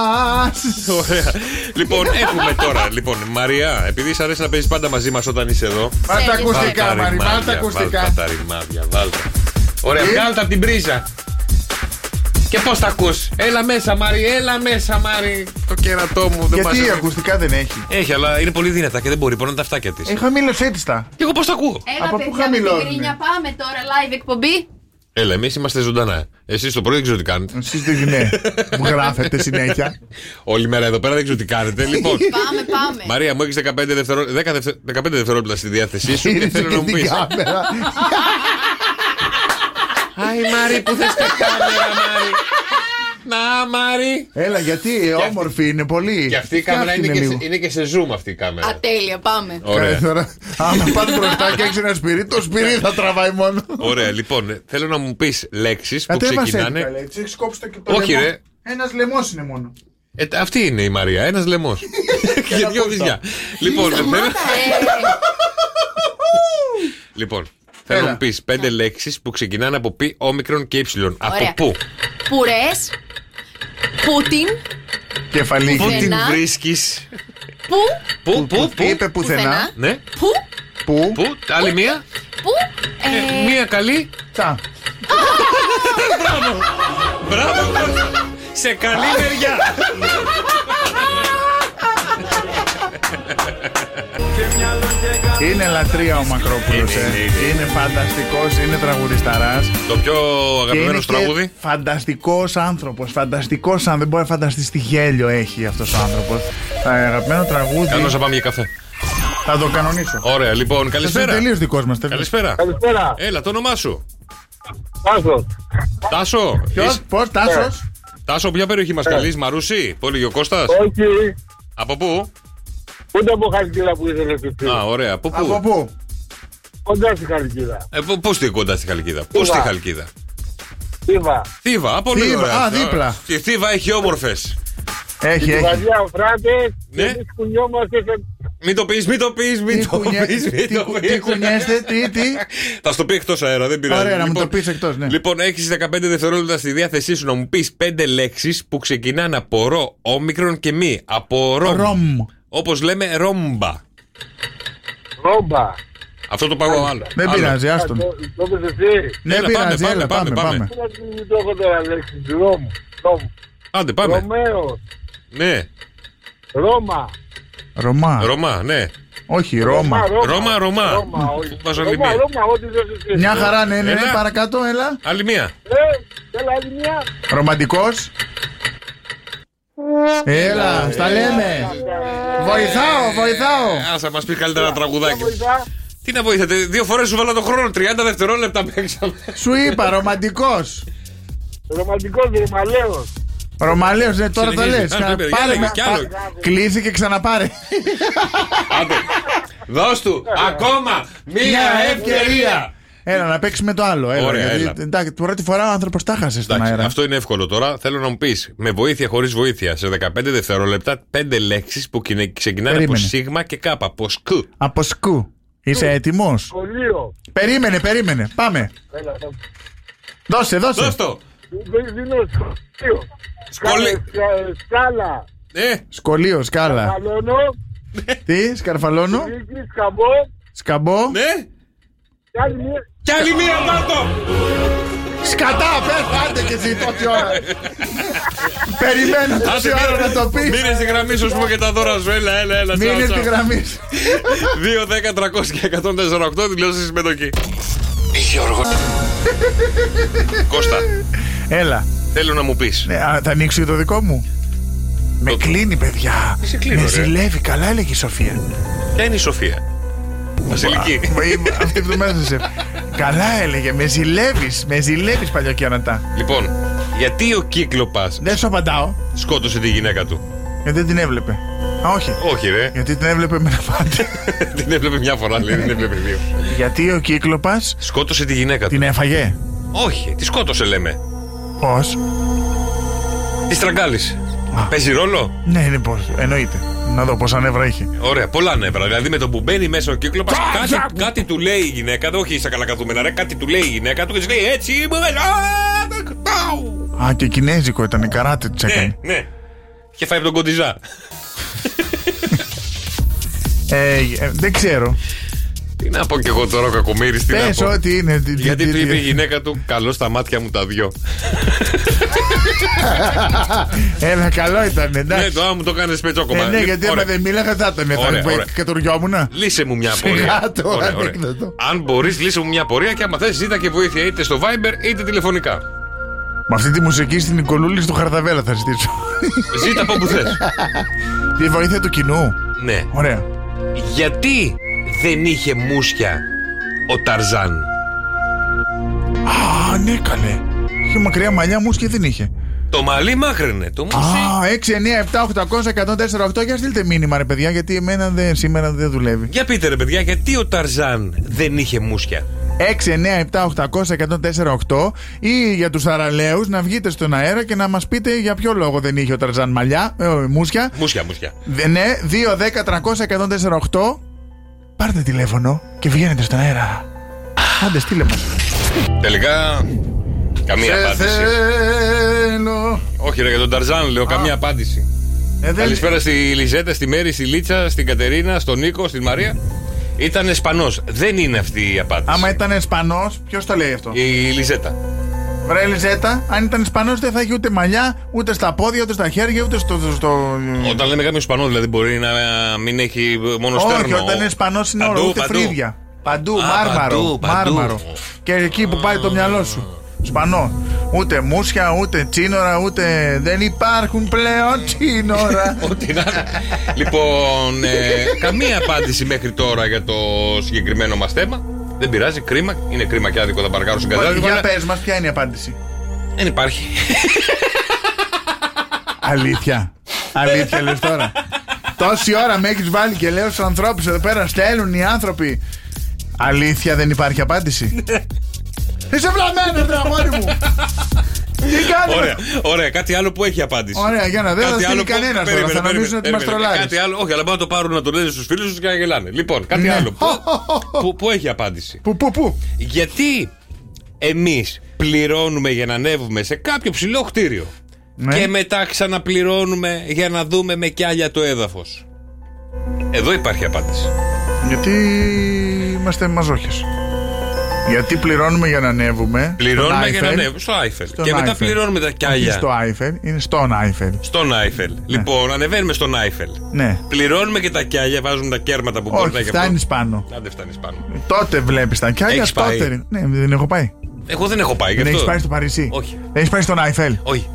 σ-
Ωραία. λοιπόν, έχουμε τώρα. Λοιπόν, Μαριά, επειδή σ' αρέσει να παίζεις πάντα μαζί μας όταν είσαι εδώ.
Πάρ' τα
Έχει
ακουστικά,
βάλ' τα
Μαρή,
ρημάδια,
πάρ' τα
Βάλ'
ακουστικά. Ε.
τα ρημάδια, βάλ' τα. Ωραία,
Τι?
βγάλ' τα από την πρίζα. Και πώς τα ακούς Έλα μέσα, Μαρή, έλα μέσα, Μαρή. Το κέρατό μου δεν
Γιατί
μαζεύει.
ακουστικά δεν έχει.
Έχει, αλλά είναι πολύ δυνατά και δεν μπορεί. Πονάνε τα αυτάκια τη.
Έχει χαμήλωσέ τη τα.
Και εγώ πώς τα ακούω.
Από
Έλα,
πού
παιδιά, με
χαμηλώνουμε?
την κρίνια πάμε τώρα live εκπομπή.
Έλα, εμείς είμαστε ζωντανά. Εσείς το πρωί δεν ξέρω τι κάνετε.
Εσείς τι ναι. Μου γράφετε συνέχεια.
Όλη μέρα εδώ πέρα δεν ξέρω τι κάνετε. Λοιπόν,
Πάμε, πάμε.
Μαρία μου, έχεις 15 δευτερόλεπτα 10 δευτε- 15 δευτερόλεπτα στη διάθεσή σου και
Γύρισε
θέλω
και
να μου
την
πεις.
κάμερα.
Άι Μάρι, που θες τα κάμερα Μάρι Να Μάρι
Έλα, γιατί ε, όμορφη είναι πολύ.
Και αυτή η κάμερα είναι και,
Φτιάχτηκε
σε,
λίγο.
είναι και σε zoom αυτή η κάμερα
Ατέλεια, πάμε.
Κάνε
Ωραία,
Τώρα, άμα πας μπροστά και έχεις ένα σπυρί, το σπυρί θα τραβάει μόνο. Ε,
Ωραία λοιπόν ε, θέλω να μου πεις λέξεις που
Κατέβασε την
ξεκινάνε
καλέ, έτσι έχεις κόψει το, το
Όχι, ρε.
Ένας λαιμός είναι μόνο.
ε, τ- Αυτή είναι η Μαρία, ένας λαιμός Και δυο βυζιά Λοιπόν, θέλω-
Ε,
λοιπόν Θέλω
Έλα.
να μου πεις πέντε λέξεις που ξεκινάνε από π, όμικρον και ύψιλον Από
Ωραία.
πού
Πουρές. Πούτιν.
Κεφαλής.
Πού την
Πουθενά.
βρίσκεις
Πού.
Ναι. Πού, πού, πού
Είπε πουθενά.
Πουθενά.
Ναι,
Πού.
Πού.
πού, άλλη μία
Πού. Ε,
Μία καλή.
Τσα.
Μπράβο. Σε καλή μεριά.
Είναι λατρεία ο
Ναι,
Μακρόπουλο.
Είναι, είναι, είναι.
Είναι φανταστικός, είναι τραγουδισταράς.
Το πιο αγαπημένο σου τραγούδι.
Φανταστικός άνθρωπος. Φανταστικός άνθρωπο. Δεν μπορεί να φανταστείς τι γέλιο έχει αυτός ο άνθρωπος. Αγαπημένο τραγούδι.
Κάνω να πάμε για καφέ.
Θα το κανονίσω.
Ωραία, λοιπόν,
Σας Είναι
καλησπέρα.
τελείως δικός μας.
Καλησπέρα.
Καλησπέρα.
Έλα, το όνομά σου.
Τάσος.
Τάσο.
Ποιος,
είσαι-
πώς, Τάσος.
Τάσο, ποια περιοχή
Ε.
μα καλείς, Μαρούσι, Πολύ Κώστας
Όχι.
Από πού?
Ούτε από Χαλκίδα που ήθελε εσύ.
Α, ωραία, από
Από
πού?
πού.
Κοντά στη Χαλκίδα.
Ε, πού- πού στη κοντά στη Χαλκίδα. Πού στη Χαλκίδα.
Θύβα.
Θήβα, πολύ
Θήβα,
ωραία.
α,
αυτό.
δίπλα.
Η Θήβα έχει όμορφες.
Έχει,
Στη
έχει.
βαριά φράτες.
Ναι.
Και εμείς κουνιόμαστε σε...
Μην το πεις, μην το πεις,
Τι
μην το
κουνιέ-
πεις.
τι κου- Τι κουνιέστε, τι, τι.
Θα σου το πει εκτός αέρα, δεν πειράζει.
Ωραία, να μου το πεις εκτός, ναι.
Λοιπόν, έχεις 15 δευτερόλεπτα στη διάθεσή σου να μου πεις 5 λέξεις που ξεκινάνε από ρο, όμικρον και μη. Από ρομ.
Ρομ.
Όπως λέμε, ρόμπα.
Ρόμπα.
Αυτό το πάω άλλο.
Δεν
Άλλο.
πειράζει,
Α,
άστον.
Το το πες εσύ.
Δεν
Έλα,
πειράζει,
πάμε,
έλα,
πάμε,
πάμε,
πάμε.
πάμε.
Πού να την- μην το έχω τώρα λέξη. Ρώμ. Ρώμ.
Άντε, πάμε.
Ρωμαίος.
Ναι,
Ρώμα.
Ρωμά.
Ρωμά, ναι.
Όχι, Ρώμα.
Ρώμα, Ρώμα.
Ρώμα, όχι.
Βάζω άλλη
Ρώμα,
μία.
Ρώμα, ό,τι θες εσύ.
Μια χαρά, ναι, ναι, ναι,
Έλα.
παρακάτω, έλα.
Άλλη μία.
Ε, Έλα, άλλη μια.
Ρομαντικός. Έλα, στα λέμε. Βοηθάω, βοηθάω.
Α, θα μας πεις καλύτερα ένα τραγουδάκι.
Βοηθά.
Τι να βοηθάτε, δύο φορές σου βάλα τον χρόνο. 30 δευτερόλεπτα παίξαμε.
Σου είπα, ρομαντικός.
Ρομαντικός Ρωμαλαίος.
Ρωμαλαίο, ναι, τώρα το
Συνεχίζει.
λες.
Άντε, παιδιά,
Πάρε
λέγε
με.
κι άλλο.
πά- Κλείσει και ξαναπάρε.
Άντε. Δώσ' του ακόμα μία ευκαιρία.
Έλα, να παίξουμε το άλλο. Έλα,
Ωραία,
γιατί,
έλα.
εντάξει, την πρώτη φορά ο άνθρωπος τα χάσε στον
Εντάξει,
αέρα.
αυτό είναι εύκολο τώρα. Θέλω να μου πεις με βοήθεια, χωρίς βοήθεια, σε 15 δευτερόλεπτα, 5 λέξεις που κινε- ξεκινάνε από
Περίμενε.
σίγμα και κάπα. Από σκου.
Από σκου. Είσαι έτοιμος.
Σχολείο.
Περίμενε, περίμενε. Πάμε.
Έλα, θα
Δώσε, δώσε.
Δώσ' το.
Δεν δίνω σχολείο.
Σχολείο.
Σκάλα, Σκάλα.
Ε,
Σκολείο, σκάλα.
Καλώνω.
Τι, σκαρφαλώνω.
Νίκη, σκαμπό.
Σκαμπό.
ναι.
Κι άλλη μία.
Κι άλλη μία, πάρτο!
Σκατά, πες, άντε και εσύ τόση ώρα. Περιμένω τόση ώρα να το πεις.
Μείνε στη γραμμή σου, ας πούμε και τα δώρα σου. Έλα, έλα, έλα.
Μείνε στη γραμμή σου.
2, 10, 300 και 148 δηλώσει συμμετοχή.
Γιώργο,
Κώστα,
Έλα,
θέλω να μου πεις.
ναι, α, θα ανοίξει το δικό μου. Με
Το-
κλείνει, παιδιά.
σε κλείνω,
Με
ρε.
ζηλεύει, καλά έλεγε η Σοφία.
Ποια είναι η Σοφία. Βασιλική.
Μα, είμαι- Αυτή που το μέσα σε. Καλά έλεγε, με ζηλεύεις, με ζηλεύεις παλιοκιανατά.
Λοιπόν, γιατί ο κύκλοπας
Δεν σου απαντάω,
σκότωσε τη γυναίκα του.
γιατί δεν την έβλεπε. Α, όχι.
Όχι, ρε.
Γιατί την έβλεπε με ένα πάτη.
την έβλεπε μια φορά, λέει, δεν έβλεπε δύο.
Γιατί ο κύκλοπας
Σκότωσε τη γυναίκα του.
την έφαγε.
Όχι, τη σκότωσε, λέμε.
Πώς.
Τη τραγκάλισε. Παίζει ρόλο.
Ναι, είναι πώς. Εννοείται. Να δω πόσα νεύρα έχει.
Ωραία, πολλά νεύρα. Δηλαδή με το που μπαίνει μέσα ο κύκλοπα, κάτι, κάτι του λέει η γυναίκα του. Όχι, στα καλά καθούμενα, ρε. Κάτι του λέει η γυναίκα του και της λέει έτσι. μου βέλα, α, τα- τάου».
Α, και κινέζικο ήταν, καράτε της
Ναι,
έκανε.
ναι. Και φάει από τον κοντιζά. Ναι.
Ε, ε, δεν ξέρω.
Τι να πω κι εγώ τώρα, ο κακομοίρης. Τι να
Πες
πω.
ό,τι είναι. τι- τι-
Γιατί
τι-
του είπε
τι-
η γυναίκα του, καλό στα μάτια μου τα δυο.
Έλα, καλό ήταν,
Ναι,
εντάξει.
το άμα μου το κάνεις πετσόκομα.
Ε, ναι,
Λοιπόν,
γιατί
ωραία.
άμα δεν μίλαγα θα ήταν.
Ωραία,
Θα
ωραία.
κατουριόμουν.
Λύσε μου μια
Σιγά
πορεία.
το ανέκδοτο.
Αν μπορείς, λύσε μου μια πορεία και άμα θες, ζήτα και βοήθεια είτε στο Viber είτε τηλεφωνικά.
Με αυτή τη μουσική στην Νικολούλη στο Χαρδαβέλα θα ζητήσω.
Ζήτα από όπου θες.
Τη βοήθεια του κοινού.
ναι.
Ωραία.
Γιατί δεν είχε μουσια ο Ταρζάν.
Α, ναι, καλέ. Είχε μακριά μαλλιά μου και δεν είχε.
Το μαλλί μάχρενε. Το μουσι.
Α, 6, 9, 7, 800, 104, 8. Για στείλτε μήνυμα, ρε παιδιά, γιατί εμένα δεν, σήμερα δεν δουλεύει.
Για πείτε ρε παιδιά, γιατί ο Ταρζάν δεν είχε μουσια.
697-800-1048 ή για τους θαραλέους να βγείτε στον αέρα και να μας πείτε για ποιο λόγο δεν είχε ο Ταρζάν μαλλιά, ε, ο, μουσια.
Μουσια, μουσια.
Δε- Ναι, 2-10-300-1048. Πάρτε τηλέφωνο και βγαίνετε στον αέρα. Άντε, στείλε μας.
Τελικά. Καμία απάντηση.
θέλω.
Όχι, ρε, για τον Ταρζάν λέω, καμία απάντηση.
Ε, δεν-
Καλησπέρα στη Λιζέτα, στη Μέρη, στη Λίτσα, στην Κατερίνα, στον Νίκο, στην Μαρία. Ήταν Ισπανό. Δεν είναι αυτή η απάντηση.
Άμα ήταν Ισπανό, ποιος το λέει αυτό.
Η Λιζέτα.
Βρε Λιζέτα, αν ήταν Ισπανό δεν θα είχε ούτε μαλλιά, ούτε στα πόδια, ούτε στα χέρια, ούτε στο. στο- στο-
Όταν λέμε κάποιος Ισπανό, δηλαδή μπορεί να μην έχει μόνο
Όχι,
στέρνο.
όταν είναι Ισπανό είναι
Παντού,
όλο, ούτε
παντού.
φρύδια. Παντού,
Α,
μάρμαρο.
παντού, παντού.
μάρμαρο. Και εκεί που πάει το μυαλό σου. Σπανό. Ούτε μουσια, ούτε τσίνορα, ούτε. Δεν υπάρχουν πλέον τσίνορα.
Ό,τι να είναι. Λοιπόν, ε, καμία απάντηση μέχρι τώρα για το συγκεκριμένο μας θέμα. Δεν πειράζει, κρίμα. Είναι κρίμα και άδικο, θα παρακάρω στην κατάσταση.
Για
αλλά
πες μας, ποια είναι η απάντηση.
Δεν υπάρχει.
Αλήθεια. Αλήθεια λες τώρα. Τόση ώρα με έχεις βάλει και λέω στους ανθρώπους εδώ πέρα, στέλνουν οι άνθρωποι. Αλήθεια δεν υπάρχει απάντηση. Είσαι βλαμμένο, τραγόρι μου. Τι κάνουμε.
Ωραία, ωραία, κάτι άλλο που έχει απάντηση.
Ωραία, για να δω,
Κάτι
θα
άλλο
στείλει
που-
κανένας τώρα,
περίμενε,
θα
περίμενε,
νομίζουν ότι μας
περίμενε.
τρολάρεις.
Κάτι άλλο, όχι, αλλά πάω να το πάρουν να το λένε στους φίλους τους και να γελάνε. Λοιπόν, κάτι
Ναι.
άλλο. Που, που, που έχει απάντηση.
Που, που, που.
Γιατί εμείς πληρώνουμε για να ανέβουμε σε κάποιο ψηλό κτίριο.
Ναι.
Και μετά ξαναπληρώνουμε για να δούμε με κιάλια το έδαφος. Εδώ υπάρχει απάντηση.
Γιατί είμαστε μαζόχες Γιατί πληρώνουμε για να ανέβουμε.
Πληρώνουμε
στον
για να
Άιφελ.
ανέβουμε στο Άιφελ.
Στον
Και μετά
Άιφελ.
πληρώνουμε τα
Όχι
κιάλια.
στο Άιφελ, είναι στον Άιφελ.
Στον Άιφελ. Λοιπόν, ανεβαίνουμε στον Άιφελ.
Ναι.
Πληρώνουμε και τα κιάλια, βάζουμε τα κέρματα που μπορεί να
Όχι,
έχει
φτάνει πάνω.
αυτό. Άντε, φτάνεις πάνω.
Τότε βλέπεις τα κιάλια,
Έχεις πάει.
τότε. Ναι, δεν έχω πάει.
Εγώ δεν έχω πάει γι'
Δεν
αυτό.
έχει Ναι, πάει στο Παρίσι.
Όχι.
Δεν έχει πάει στον Άιφελ.
Όχι.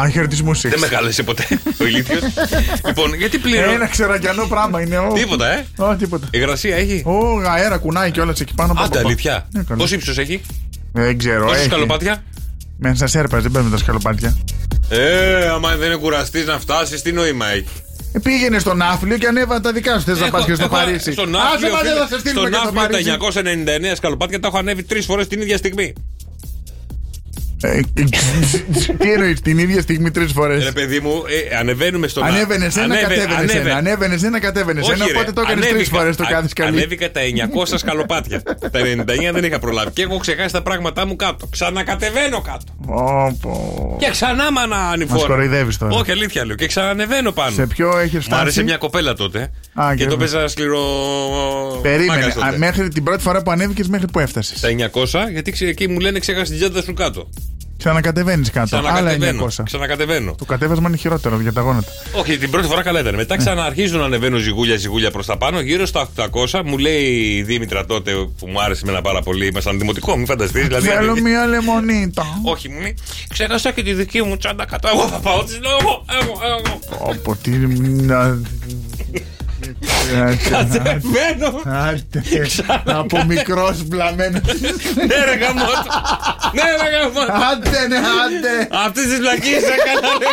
Α, χαιρετισμού είσαι.
Δεν με κάλεσε ποτέ ο ηλίθιος. λοιπόν, γιατί πληρώνω.
Ε, Ένα ξερακιανό πράγμα είναι. ο-
Τίποτα, ε.
Ω, τίποτα.
Υγρασία έχει.
Ω, αέρα κουνάει και όλα εκεί πάνω. πα,
Άντε,
πα, πα.
αλήθεια.
Ναι, καλά.
Πώ ύψος έχει,
Δεν ξέρω.
Πόσα
έχει.
σκαλοπάτια.
Με σα έρπαζε, δεν παίρνουμε τα σκαλοπάτια.
Ε, άμα δεν είναι κουραστή να φτάσεις, τι νόημα έχει.
Ε, Πήγαινε στον Άφλιο και ανέβα τα δικά σου. Θες να
Έχω-
πας και στο
έχω-
Παρίσι.
Στον
Άσε
Άφλιο,
μας, δεν
φίλε,
θα σε στείλουμε
στον
και στο
Άφλιο
Παρίσι.
τα 999 σκαλοπάτια τα έχω ανέβει τρεις φορές την ίδια στιγμή.
Ε, ε, Τι εννοεί την ίδια στιγμή τρει φορέ.
Ρε παιδί μου, ε, ανεβαίνουμε στον Άφλιο.
Ανέβαινε ένα,
Ανέβαι-
κατέβαινε
ανέβαι-
ένα. Ανέβαινε ένα, κατέβαινε ένα.
ρε,
Οπότε το έκανε τρει
ανέβηκα-
φορέ το
α-
κάθε σκαλί.
Ανέβηκα τα 900 σκαλοπάτια. τα 99 δεν είχα προλάβει. Και έχω ξεχάσει τα πράγματά μου κάτω. Ξανακατεβαίνω κάτω.
Όπο.
Και ξανά μανα ανηφόρα.
Μας κοροϊδεύεις τώρα.
Όχι, αλήθεια λέω. Και ξανανεβαίνω πάνω.
Σε ποιο έχεις
Μου άρεσε
φτάσει?
μια κοπέλα τότε.
Α,
και
και
το
βέβαια.
παίζα σκληρό.
Περίμενε.
μάκας τότε.
Α, Μέχρι την πρώτη φορά που ανέβηκες μέχρι που έφτασες.
Τα 900, γιατί ξε- εκεί μου λένε ξέχασε την τσάντα σου κάτω.
Ξανακατεβαίνεις κάτω. Άλλα
Ξανακατεβαίνω.
900.
Ξανακατεβαίνω.
Το Ναι. κατέβασμα είναι χειρότερο για τα γόνατα.
Όχι, την πρώτη φορά καλά ήταν. Μετά ξαναρχίζω να ανεβαίνω ζυγούλια-ζυγούλια προς τα πάνω, γύρω στα 800. Μου λέει η Δήμητρα τότε που μου άρεσε εμένα πάρα πολύ. Ήμασταν δημοτικό, μην φανταστείς. Δηλαδή,
Θέλω μια λεμονίτα.
Όχι, μου λέει, ξέχασα και τη δική μου τσάντα κάτω. Εγώ θα πάω. Της λέω, εγώ, εγώ, εγώ.
Όπο, τι. να- Άντε,
Κατεβαίνω.
Άντε. Από μικρός βλαμμένος.
Ναι, ρε γαμότο. Ναι, ρε γαμότο.
Άντε, ναι, άντε.
Αυτή τη βλακή έκανα, ρε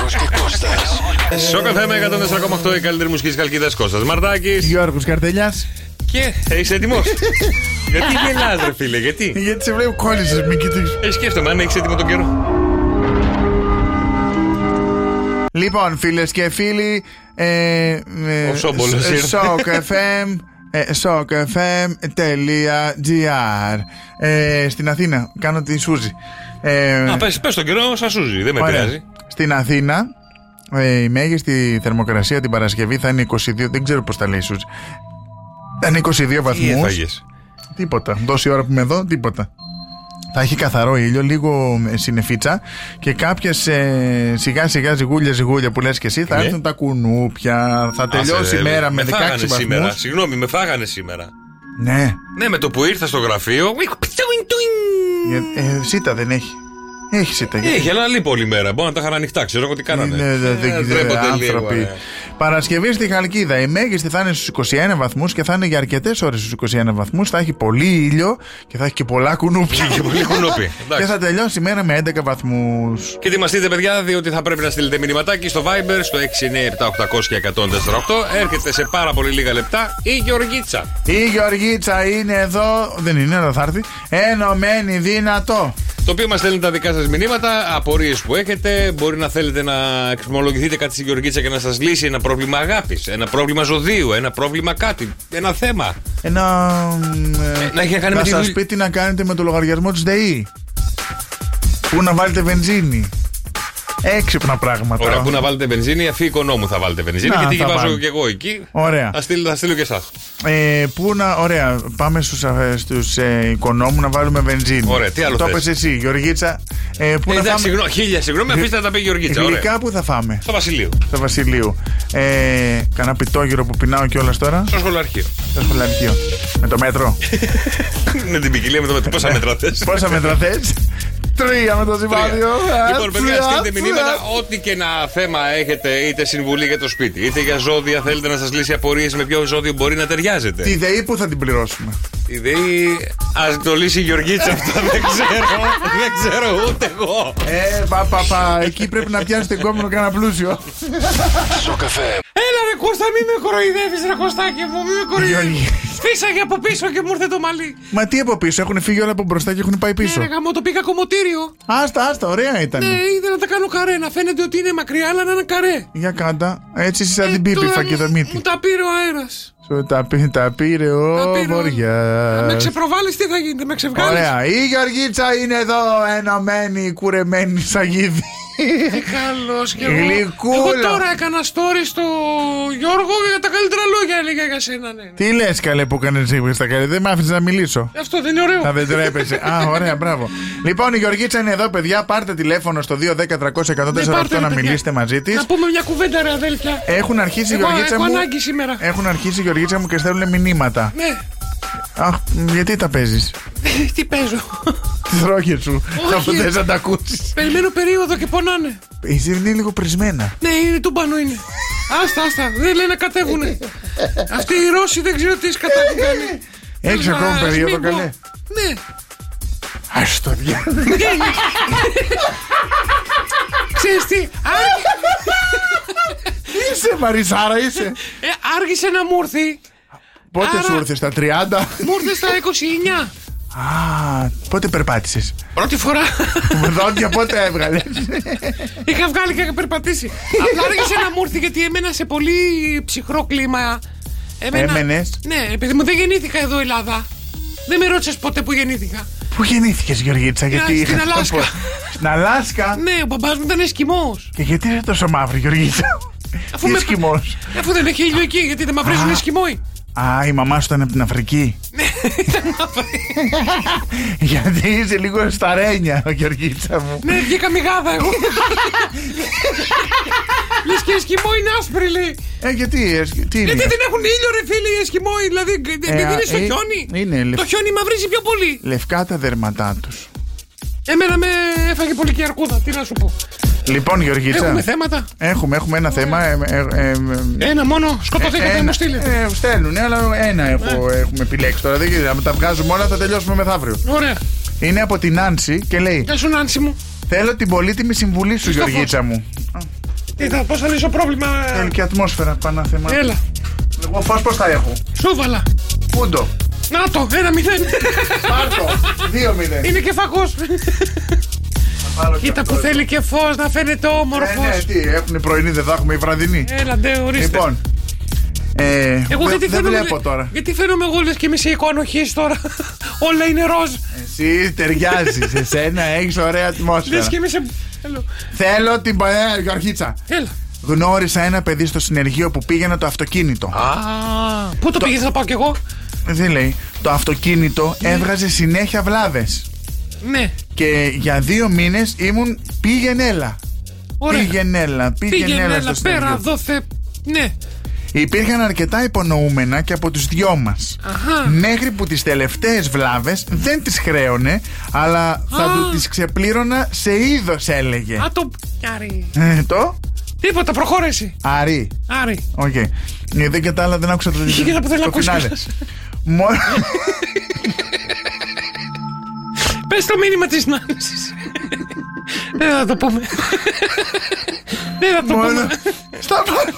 Γιώργος και Κώστας.
φίλε. Σοκ FM 104,8 η καλύτερη μουσική της Καλκίδας Κώστας Μαρτάκη.
Γιώργος Καρτελιάς.
Και είσαι έτοιμος. Γιατί γελάς, ρε φίλε, γιατί.
Γιατί σε βλέπω κόλλησες, μην κοιτάξεις.
Ε, σκέφτομαι αν έχεις έτοιμο τον καιρό.
Λοιπόν, φίλες και φίλοι. Ε, ε,
Ο Σόμπολος
σ-
ήρθε.
SockFM, ε, SockFM.gr ε, Στην Αθήνα, κάνω τη Σούζη. Ε,
Α, πες, πες τον καιρό, σα σούζει, δεν με
ωραία.
πειράζει.
Στην Αθήνα, ε, η μέγιστη θερμοκρασία την Παρασκευή θα είναι 22. Δεν ξέρω πώς τα λέει η Σούζη. Θα είναι 22
Τι
βαθμού.
έφαγες.
Τίποτα. Τόση ώρα που είμαι εδώ, τίποτα. Θα έχει καθαρό ήλιο, λίγο ε, συνεφίτσα και κάποιες σιγά σιγά ζυγούλια ζυγούλια που λες και εσύ θα
Ναι.
έρθουν τα κουνούπια, θα τελειώσει
Άσε,
η
ρε,
μέρα με 16
φάγανε σήμερα.
βαθμού.
Συγγνώμη, με φάγανε σήμερα.
Ναι,
Ναι, με το που ήρθα στο γραφείο.
Για- ε, σίτα δεν έχει. Έχεις σίτα. γιατί-
Έχει, αλλά λείπω όλη μέρα. Μπορώ να τα είχαν ανοιχτά, ξέρω εγώ τι κάνανε.
Είναι, δε-
Ε,
δε-
ντρέπονται λίγο,
ναι, άνθρωποι.
ε.
Παρασκευή στη Χαλκίδα. Η μέγιστη θα είναι στους 21 βαθμούς και θα είναι για αρκετές ώρες στους 21 βαθμούς. Θα έχει πολύ ήλιο και θα έχει και πολλά κουνούπια.
Και πολύ κουνούπι.
και
Εντάξει.
θα τελειώσει η μέρα με 11 βαθμούς.
Και ετοιμαστείτε, παιδιά, διότι θα πρέπει να στείλετε μηνυματάκι στο Viber στο 697-800-1048. Έρχεται σε πάρα πολύ λίγα λεπτά η Γεωργίτσα.
Η Γεωργίτσα είναι εδώ. Δεν είναι, αλλά θα έρθει. Ενωμένη, δυνατό.
Το οποίο μας στέλνει τα δικά σας μηνύματα, απορίες που έχετε. Μπορεί να θέλετε να εξομολογηθείτε κάτι στη Γεωργίτσα και να σας λύσει ένα πρόβλημα αγάπης, ένα πρόβλημα ζωδίου, ένα πρόβλημα κάτι, ένα θέμα.
Ένα. ε,
να έχει να κάνει με τη
σας
δουλ-
πει τι να κάνετε με το λογαριασμό της ΔΕΗ. Πού να βάλετε βενζίνη. Έξυπνα πράγματα.
Ωραία, πού να βάλετε βενζίνη, αφή οικονόμου θα βάλετε βενζίνη.
Να,
γιατί
θα
βάζω
βάλω.
και εγώ εκεί.
Ωραία.
Θα στείλω, θα στείλω και εσάς.
Ε, πού να, ωραία, πάμε στους, ε, στους ε, οικονόμου να βάλουμε βενζίνη.
Ωραία, τι άλλο
Το
θες?
είπες εσύ, Γεωργίτσα. Ε, πού να
Εντάξει,
φάμε...
συγγνώμη, χίλια συγγνώμη, αφήστε να τα πει η Γεωργίτσα. Ωραία.
Γλυκά που θα φάμε.
Στο Βασιλείο.
Στο Βασιλείο. Ε, κανένα πιτόγυρο που πεινάω κιόλας τώρα.
Στο σχολαρχείο.
Στο σχολαρχείο. Με το μέτρο.
με την ποικιλία με το μετρό. Πόσα μέτρα θες.
Πόσα μέτρα θες. Τρία με το ζυμάδιο. Ε,
Λοιπόν, παιδιά,
τρία,
στείλτε
τρία.
μηνύματα ό,τι και ένα θέμα έχετε, είτε συμβουλή για το σπίτι, είτε για ζώδια θέλετε να σας λύσει απορίες με ποιο ζώδιο μπορεί να
Τη
ταιριάζετε.
ΔΕΗ που θα την πληρώσουμε.
Η ΔΕΗ, ας το λύσει η Γεωργίτσα αυτό, δεν ξέρω. δεν ξέρω ούτε εγώ.
Ε, πα, πα, πα. Εκεί πρέπει να πιάσει το κόμμα κανένα πλούσιο.
Σοκαφέ.
Έλα ρε Κώστα, μη με κοροϊδεύεις ρε Κωστάκι μου, μη με κοροϊδεύεις.
Γιώργη.
Σφίσαγε από πίσω και μου ήρθε το μαλλί.
Μα τι από πίσω, έχουν φύγει όλα από μπροστά και έχουν πάει πίσω.
Ναι, ρε γαμό, το πήγα κομμωτήριο.
Άστα, άστα, ωραία ήταν.
Ναι, είδα να τα κάνω καρέ, να φαίνεται ότι είναι μακριά, αλλά να είναι καρέ.
Για κάντα. Έτσι είσαι σαν την πίπη,
Τώρα
φακεδομήτη.
Μου τα πήρε ο αέρας.
Σου τα, πή- τα πήρε
Τα
ο
πήρε ο- Με
Βοριάς.
ξεπροβάλλεις τι θα γίνει, θα με ξεβγάλεις.
Ε. Ωραία. Η Γεωργίτσα είναι εδώ ενωμένη, κουρεμένη, σαγίδι.
Τι καλός και εγώ.
Γλυκούλα.
Εγώ τώρα έκανα story στο Γιώργο για τα καλύτερα λόγια έλεγα για σένα, ναι.
Τι λες, καλέ που έκανε εσύ στα καλέ, δεν με άφησες να μιλήσω.
Αυτό δεν είναι ωραίο.
Θα δεν τρέπεσαι. Α, ωραία, μπράβο. Λοιπόν, η Γεωργίτσα είναι εδώ, παιδιά. Πάρτε τηλέφωνο στο 210-300-148
Ναι,
να
πάρτε, ρε, παιδιά.
μιλήσετε μαζί της.
Να πούμε μια κουβέντα ρε αδέλφια.
Έχουν αρχίσει η
Εγώ
Γεωργίτσα
Λοιπόν, έχω
μου. Ε.
ανάγκη σήμερα.
Έχουν αρχίσει η Γεωργίτσα μου και στέλνουν μηνύματα.
Ναι,
Αχ, γιατί τα παίζεις.
τι παίζω.
Τι ρόκε σου. Θα
Όχι.
θες να τα ακούσεις.
Περιμένω περίοδο και πονάνε.
Εσύ είναι λίγο πρισμένα.
Ναι, είναι τούμπανο είναι. Άστα, άστα. Δεν λέει να κατέβουνε. Αυτοί οι Ρώσοι δεν ξέρω τι σκατά έχουν κάνει.
Έχεις
Να
ακόμα περίοδο,
μην πω.
καλέ.
Ναι.
Ας το διάλογο.
Ξέρεις τι, άργη-
Είσαι Μαρισάρα, είσαι.
ε, άργησε να μου έρθει.
Πότε
Άρα-
σου ήρθε, στα 30.
Μου ήρθε στα 29.
Α, πότε περπάτησες.
Πρώτη φορά
Με δόντια πότε έβγαλες.
είχα βγάλει και είχα περπατήσει. Απλά άργησε να μου έρθει γιατί έμενα σε πολύ ψυχρό κλίμα.
Έμενες?
Ναι, επειδή μου δεν γεννήθηκα εδώ Ελλάδα. Δεν με ρώτησες ποτέ που γεννήθηκα.
Πού γεννήθηκες, Γεωργίτσα, γιατί
Ε, στην
είχα-
Αλάσκα.
Στην Αλάσκα.
Ναι, ο μπαμπάς μου ήταν εσκιμός.
Και γιατί είσαι τόσο μαύρη, Γεωργίτσα.
Αφού
Τι
με-
Εσκιμό.
Αφού δεν έχει ήλιο εκεί, γιατί δεν μαυρίζουν
Α.
οι εσκιμόοι.
Α, η μαμά σου ήταν από την Αφρική. Γιατί είσαι λίγο στα ρένια, Γεωργίτσα μου.
Ναι, βγήκα μιγάδα εγώ. Λες και οι εσκιμόοι είναι άσπροι, λέει.
Ε, γιατί, ε, τι είναι.
Γιατί δεν έχουν ήλιο, ρε φίλε, οι εσκιμόοι. Δηλαδή,
α,
επειδή είναι στο
ε,
χιόνι.
είναι λευ-
Το χιόνι μαυρίζει πιο πολύ.
Λευκά τα δέρματά τους.
Εμένα με έφαγε πολύ και η αρκούδα, τι να σου πω.
Λοιπόν, Γεωργίτσα.
Έχουμε θέματα.
Έχουμε, έχουμε ένα θέμα. ε, ε, ε, ε,
Ένα μόνο, σκοτωθήκατε
ένα.
να μου στείλετε. Ε.
Ε, στέλνουν, αλλά ένα έχω, έχουμε επιλέξει τώρα. Δεν γίνεται. Αν τα βγάζουμε όλα, θα τελειώσουμε μεθαύριο.
Ωραία.
Είναι από την Άνση και λέει:
Γεια σου, Νάνση μου.
Θέλω την πολύτιμη συμβουλή σου,
Χριστόφο.
Γεωργίτσα μου.
Τι θα, πώς θα λύσω πρόβλημα.
Θέλει και ατμόσφαιρα, πάνω θέμα.
Ε. Έλα,
Εγώ φως πώς θα έχω.
σούβαλα.
Πούντο.
Να το, ένα μηδέν.
Πάρτο. 2-0.
Είναι και φακός.
Πάρω και
Κοίτα
αυτό.
που θέλει και φως, να φαίνεται
Ε, ναι,
όμορφος.
τι, έχουν πρωινή, δεν θα έχουμε η βραδινή.
Έλα, ντε, ορίστε.
Λοιπόν. Ε,
Ε, Εγώ
δεν
γιατί
δεν
φαίνομαι-
βλέπω τώρα.
Γιατί φαίνομαι εγώ λες και είμαι σε εικόνα οχής τώρα. Όλα είναι ροζ.
Εσύ ταιριάζεις. Εσένα έχεις ωραία ατμόσφαιρα.
Λες και είμαι σε. Έλα.
Θέλω την παλιά Γεωργίτσα.
Έλα.
Γνώρισα ένα παιδί στο συνεργείο που πήγαινε το αυτοκίνητο.
Α, πού το πήγες να πάω κι εγώ.
Δεν λέει. Το αυτοκίνητο έβγαζε συνέχεια βλάβες.
Ναι,
Και για δύο μήνες ήμουν πήγαινε έλα.
ωραία.
Πήγαινε έλα, πήγαινε
Πήγαινε,
έλα στο
έλα, πέρα,
συνεργείο.
δόθε. Ναι.
Υπήρχαν αρκετά υπονοούμενα και από τους δυο μας.
Αχα.
Μέχρι που τις τελευταίες βλάβες δεν τις χρέωνε, αλλά θα
Α.
του τις ξεπλήρωνα σε είδος έλεγε.
Α, το πιάρι.
Ε, το
Τίποτα, προχώρεση.
Αρή.
Άρη.
Οκ. Ναι, Δεν κατάλαβα, δεν άκουσα το
Είχε και ένα που θέλω
το
να ακούσει.
φινάλε. Μόνο-
Πες το μήνυμα της Νάνσης. Δεν θα το πούμε. Δεν θα το
Μόνο.
πούμε.
Σταμάτα.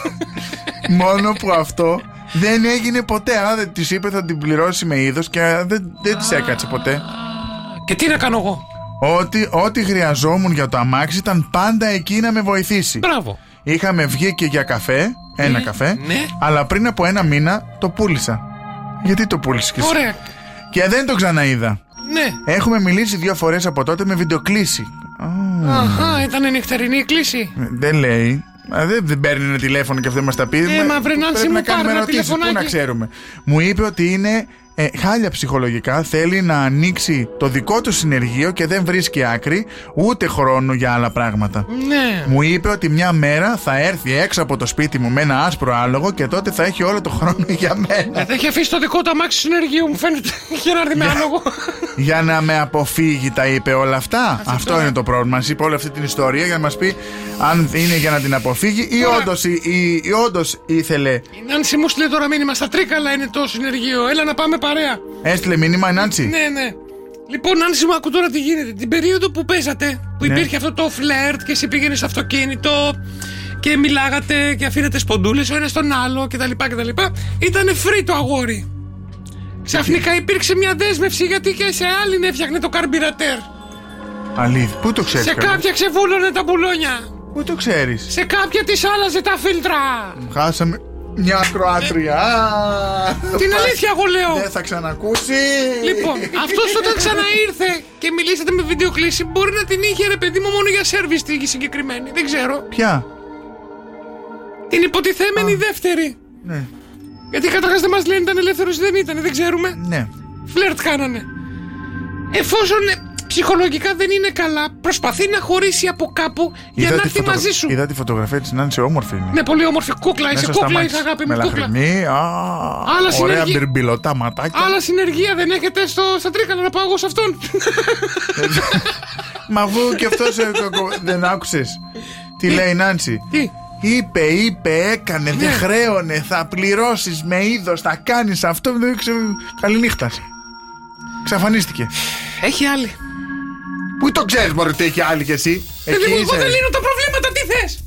Μόνο που αυτό δεν έγινε ποτέ. Αν δεν της είπε, θα την πληρώσει με είδος και α, δεν, δεν της έκατσε ποτέ.
Και τι να κάνω εγώ.
Ό,τι, ό,τι χρειαζόμουν για το αμάξι ήταν πάντα εκεί να με βοηθήσει.
Μπράβο.
Είχαμε βγει και για καφέ, ένα καφέ,
ναι.
αλλά πριν από ένα μήνα το πούλησα. Γιατί το πούλησες και εσύ?
Ωραία.
Και δεν το ξαναείδα.
Ναι.
Έχουμε μιλήσει δύο φορές από τότε με βιντεοκλήση. Α,
Αχά, ήταν η νυχτερινή κλίση.
Δεν λέει. Α, Δεν, δεν παίρνει ένα τηλέφωνο και αυτό μας τα πει.
Ε, μα, βρε, Νάνση,
πρέπει
μου
να κάνουμε
πάρε ένα
ερωτήσεις. Πού να
τηλεφωνάκι.
ξέρουμε. Μου είπε ότι είναι ε, χάλια ψυχολογικά. Θέλει να ανοίξει το δικό του συνεργείο και δεν βρίσκει άκρη ούτε χρόνο για άλλα πράγματα.
Ναι.
Μου είπε ότι μια μέρα θα έρθει έξω από το σπίτι μου με ένα άσπρο άλογο και τότε θα έχει όλο το χρόνο για μένα.
Δεν Ε, έχει αφήσει το δικό του αμάξι συνεργείου, μου φαίνεται. Για να έρθει με άλογο.
για να με αποφύγει, τα είπε όλα αυτά. Αυτό είναι το πρόβλημα. Μα είπε όλη αυτή την ιστορία για να μας πει αν είναι για να την αποφύγει
Ναι.
ή όντω όντως ήθελε.
Η Νάνση μου στείλε τώρα μήνυμα στα τρίκαλα είναι το συνεργείο. Έλα να πάμε παρέα.
Έστειλε μήνυμα η Νάντσι.
Ναι, ναι. Λοιπόν, Νάνση μου, ακού τώρα τι γίνεται. Την περίοδο που παίζατε, που
Ναι.
υπήρχε αυτό το φλερτ και εσύ πήγαινες στο αυτοκίνητο και μιλάγατε και αφήνατε σποντούλες ο ένας τον άλλο κτλ. κτλ ήταν free το αγόρι. Ξαφνικά υπήρξε μια δέσμευση γιατί και σε άλλην έφτιαχνε το καρμπιρατέρ.
Αλήθεια. Πού το ξέρεις.
Σε κάποια ξεβούλωνε τα μπουλόνια.
Πού το ξέρεις.
Σε κάποια της άλλαζε τα φίλτρα.
Χάσαμε μια ακροάτρια.
Ε, Την αλήθεια εγώ λέω.
Δεν θα ξανακούσει.
Λοιπόν, αυτός όταν ξαναήρθε και μιλήσατε με βιντεοκλήση, μπορεί να την είχε ρε παιδί μου μόνο για σερβις τη συγκεκριμένη. Δεν ξέρω.
Ποια.
Την υποτιθέμενη δεύτερη.
Ναι.
Γιατί καταρχάς δεν μας λένε ήταν ελεύθερος ή δεν ήταν, δεν ξέρουμε.
Ναι.
Φλερτ κάνανε. Εφόσον ε, ψυχολογικά δεν είναι καλά, προσπαθεί να χωρίσει από κάπου για να
τη
έρθει
φωτογρα-
μαζί σου.
Είδα τη φωτογραφία της Νάντσι, όμορφη είναι.
Ναι, πολύ όμορφη κούκλα, είσαι
Μέσα στα
κούκλα,
μάξι.
είσαι αγάπη
με
μου κούκλα.
λαχρινή, α,
Άλλα
ωραία
συνεργεία-
μπυρμπιλωτά ματάκια.
Άλλα συνεργεία δεν έχετε στο, στα τρίκαλα να πάω εγώ σε αυτόν.
Μα αφού και αυτός δεν άκουσες. Τι λέει η Νάντσι.
Τι.
Είπε, είπε, έκανε, δεν
Ναι.
χρέωνε. Θα πληρώσεις με είδος, θα κάνεις αυτό. Δεν ξέρω. Καληνύχτα. Ξαφανίστηκε.
Έχει άλλη.
Πού το ξέρεις, Μωρή, ότι έχει άλλη κι εσύ.
Παιδί μου, εγώ Ε, δεν λύνω τα προβλήματα, τι θες.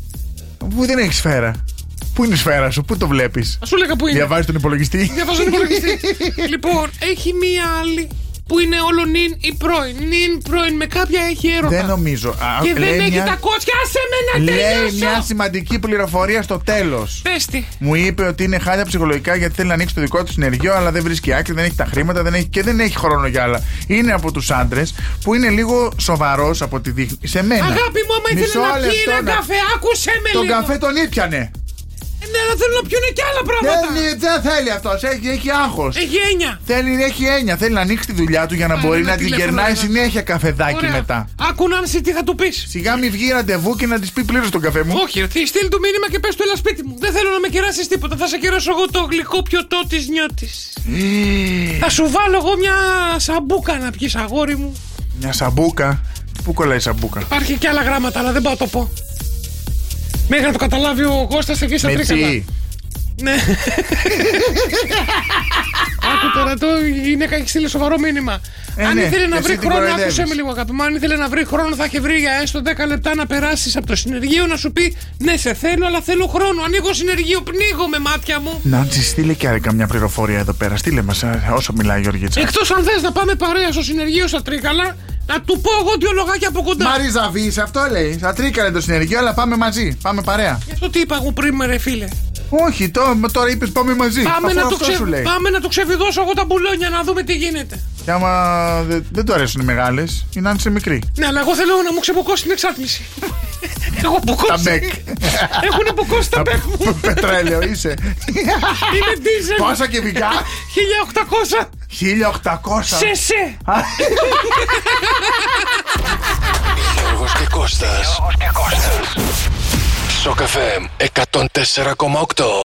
Πού δεν έχεις σφαίρα. Πού είναι η σφαίρα σου, πού το βλέπεις.
Σου λέγα που είναι.
Διαβάζεις τον υπολογιστή.
Διαβάζω τον υπολογιστή. λοιπόν, έχει μία άλλη που είναι όλο νυν ή πρώην. Νυν πρώην με κάποια έχει έρωτα.
Δεν νομίζω. Α,
Και δεν
λέει
έχει
μια-
τα κότσια, άσε με να
Λέει μια
τελειώσω.
σημαντική πληροφορία στο τέλος.
Πες τη.
Μου είπε ότι είναι χάλια ψυχολογικά γιατί θέλει να ανοίξει το δικό του συνεργείο, αλλά δεν βρίσκει άκρη, δεν έχει τα χρήματα δεν έχει, και δεν έχει χρόνο για άλλα. Είναι από τους άντρες που είναι λίγο σοβαρός από ό,τι δείχνει. Σε μένα.
Αγάπη μου, άμα
Μισό
ήθελε να πιει
λεπτό
έναν
να-
καφέ, άκουσε με
Τον
λίγο.
καφέ τον ήπιανε.
Ε, Ναι, αλλά θέλουν να πιούνε και άλλα πράγματα.
Δεν, δεν θέλει αυτός. Έχει, έχει άγχος.
Έχει έννοια.
Θέλει, έχει έννοια. Θέλει να ανοίξει τη δουλειά του για να
Ε- Πάρε
μπορεί
ένα
να την
τηλέφωνο,
κερνάει
βέβαια.
συνέχεια καφεδάκι
Ωραία.
μετά.
Άκου να είσαι τι θα του πεις.
Σιγά μη βγει ραντεβού και να της πει πλήρως τον καφέ μου.
Όχι, ρε, στείλ του μήνυμα και πες του έλα σπίτι μου. Δεν θέλω να με κεράσει τίποτα. Θα σε κεράσω εγώ το γλυκό πιωτό της νιώτης.
Ναι.
θα σου βάλω εγώ μια σαμπούκα να πιεις, αγόρι μου.
Μια σαμπούκα. Πού κολλάει η σαμπούκα.
Υπάρχει και άλλα γράμματα, αλλά δεν πάω να το πω. Μέχρι να το καταλάβει ο Κώστας εκεί στα
Με
τρίκαλα.
τι.
Ναι. Άκου τώρα, το, η γυναίκα έχει στείλει σοβαρό μήνυμα.
Ε,
αν
ναι,
ήθελε να
εσύ
βρει
την
χρόνο,
κοροϊδεύεις.
άκουσε με λίγο αγαπημά. Αν ήθελε να βρει χρόνο, θα είχε βρει για έστω 10 λεπτά να περάσεις από το συνεργείο να σου πει Ναι, σε θέλω, αλλά θέλω χρόνο. Ανοίγω συνεργείο, πνίγω με μάτια μου.
Νάντζη, στείλε και άλλη καμιά πληροφορία εδώ πέρα. Στείλε μας όσο μιλάει η Γεωργίτσα.
Εκτός αν θες να πάμε παρέα στο συνεργείο στα τρίκαλα, να του πω εγώ δύο λογάκια από κοντά.
Μαρίζα Βή, αυτό λέει. Θα τρίκανε το συνεργείο, αλλά πάμε μαζί. Πάμε παρέα.
Γι' αυτό τι είπα εγώ πριν, ρε φίλε.
Όχι, το, τώρα είπες πάμε μαζί.
Πάμε
Αφού
να, το
αυτό
ξε...
σου λέει.
Πάμε να το ξεβιδώσω εγώ τα μπουλόνια να δούμε τι γίνεται.
Και άμα δε- δεν του αρέσουν οι μεγάλες, η Νάντζη είναι μικρή.
Ναι, αλλά εγώ θέλω να μου ξεποκώσει την εξάτμιση. Έχω
Τα
αποκόσει.
μπέκ.
Έχουν αποκόσει τα μπέκ μου.
Πετρέλαιο είσαι.
Είναι δίζελ.
Πόσα κυβικά.
1800.
1800.
Σε σε.
Γιώργος και Κώστας. Σοκαφέμ 104,8.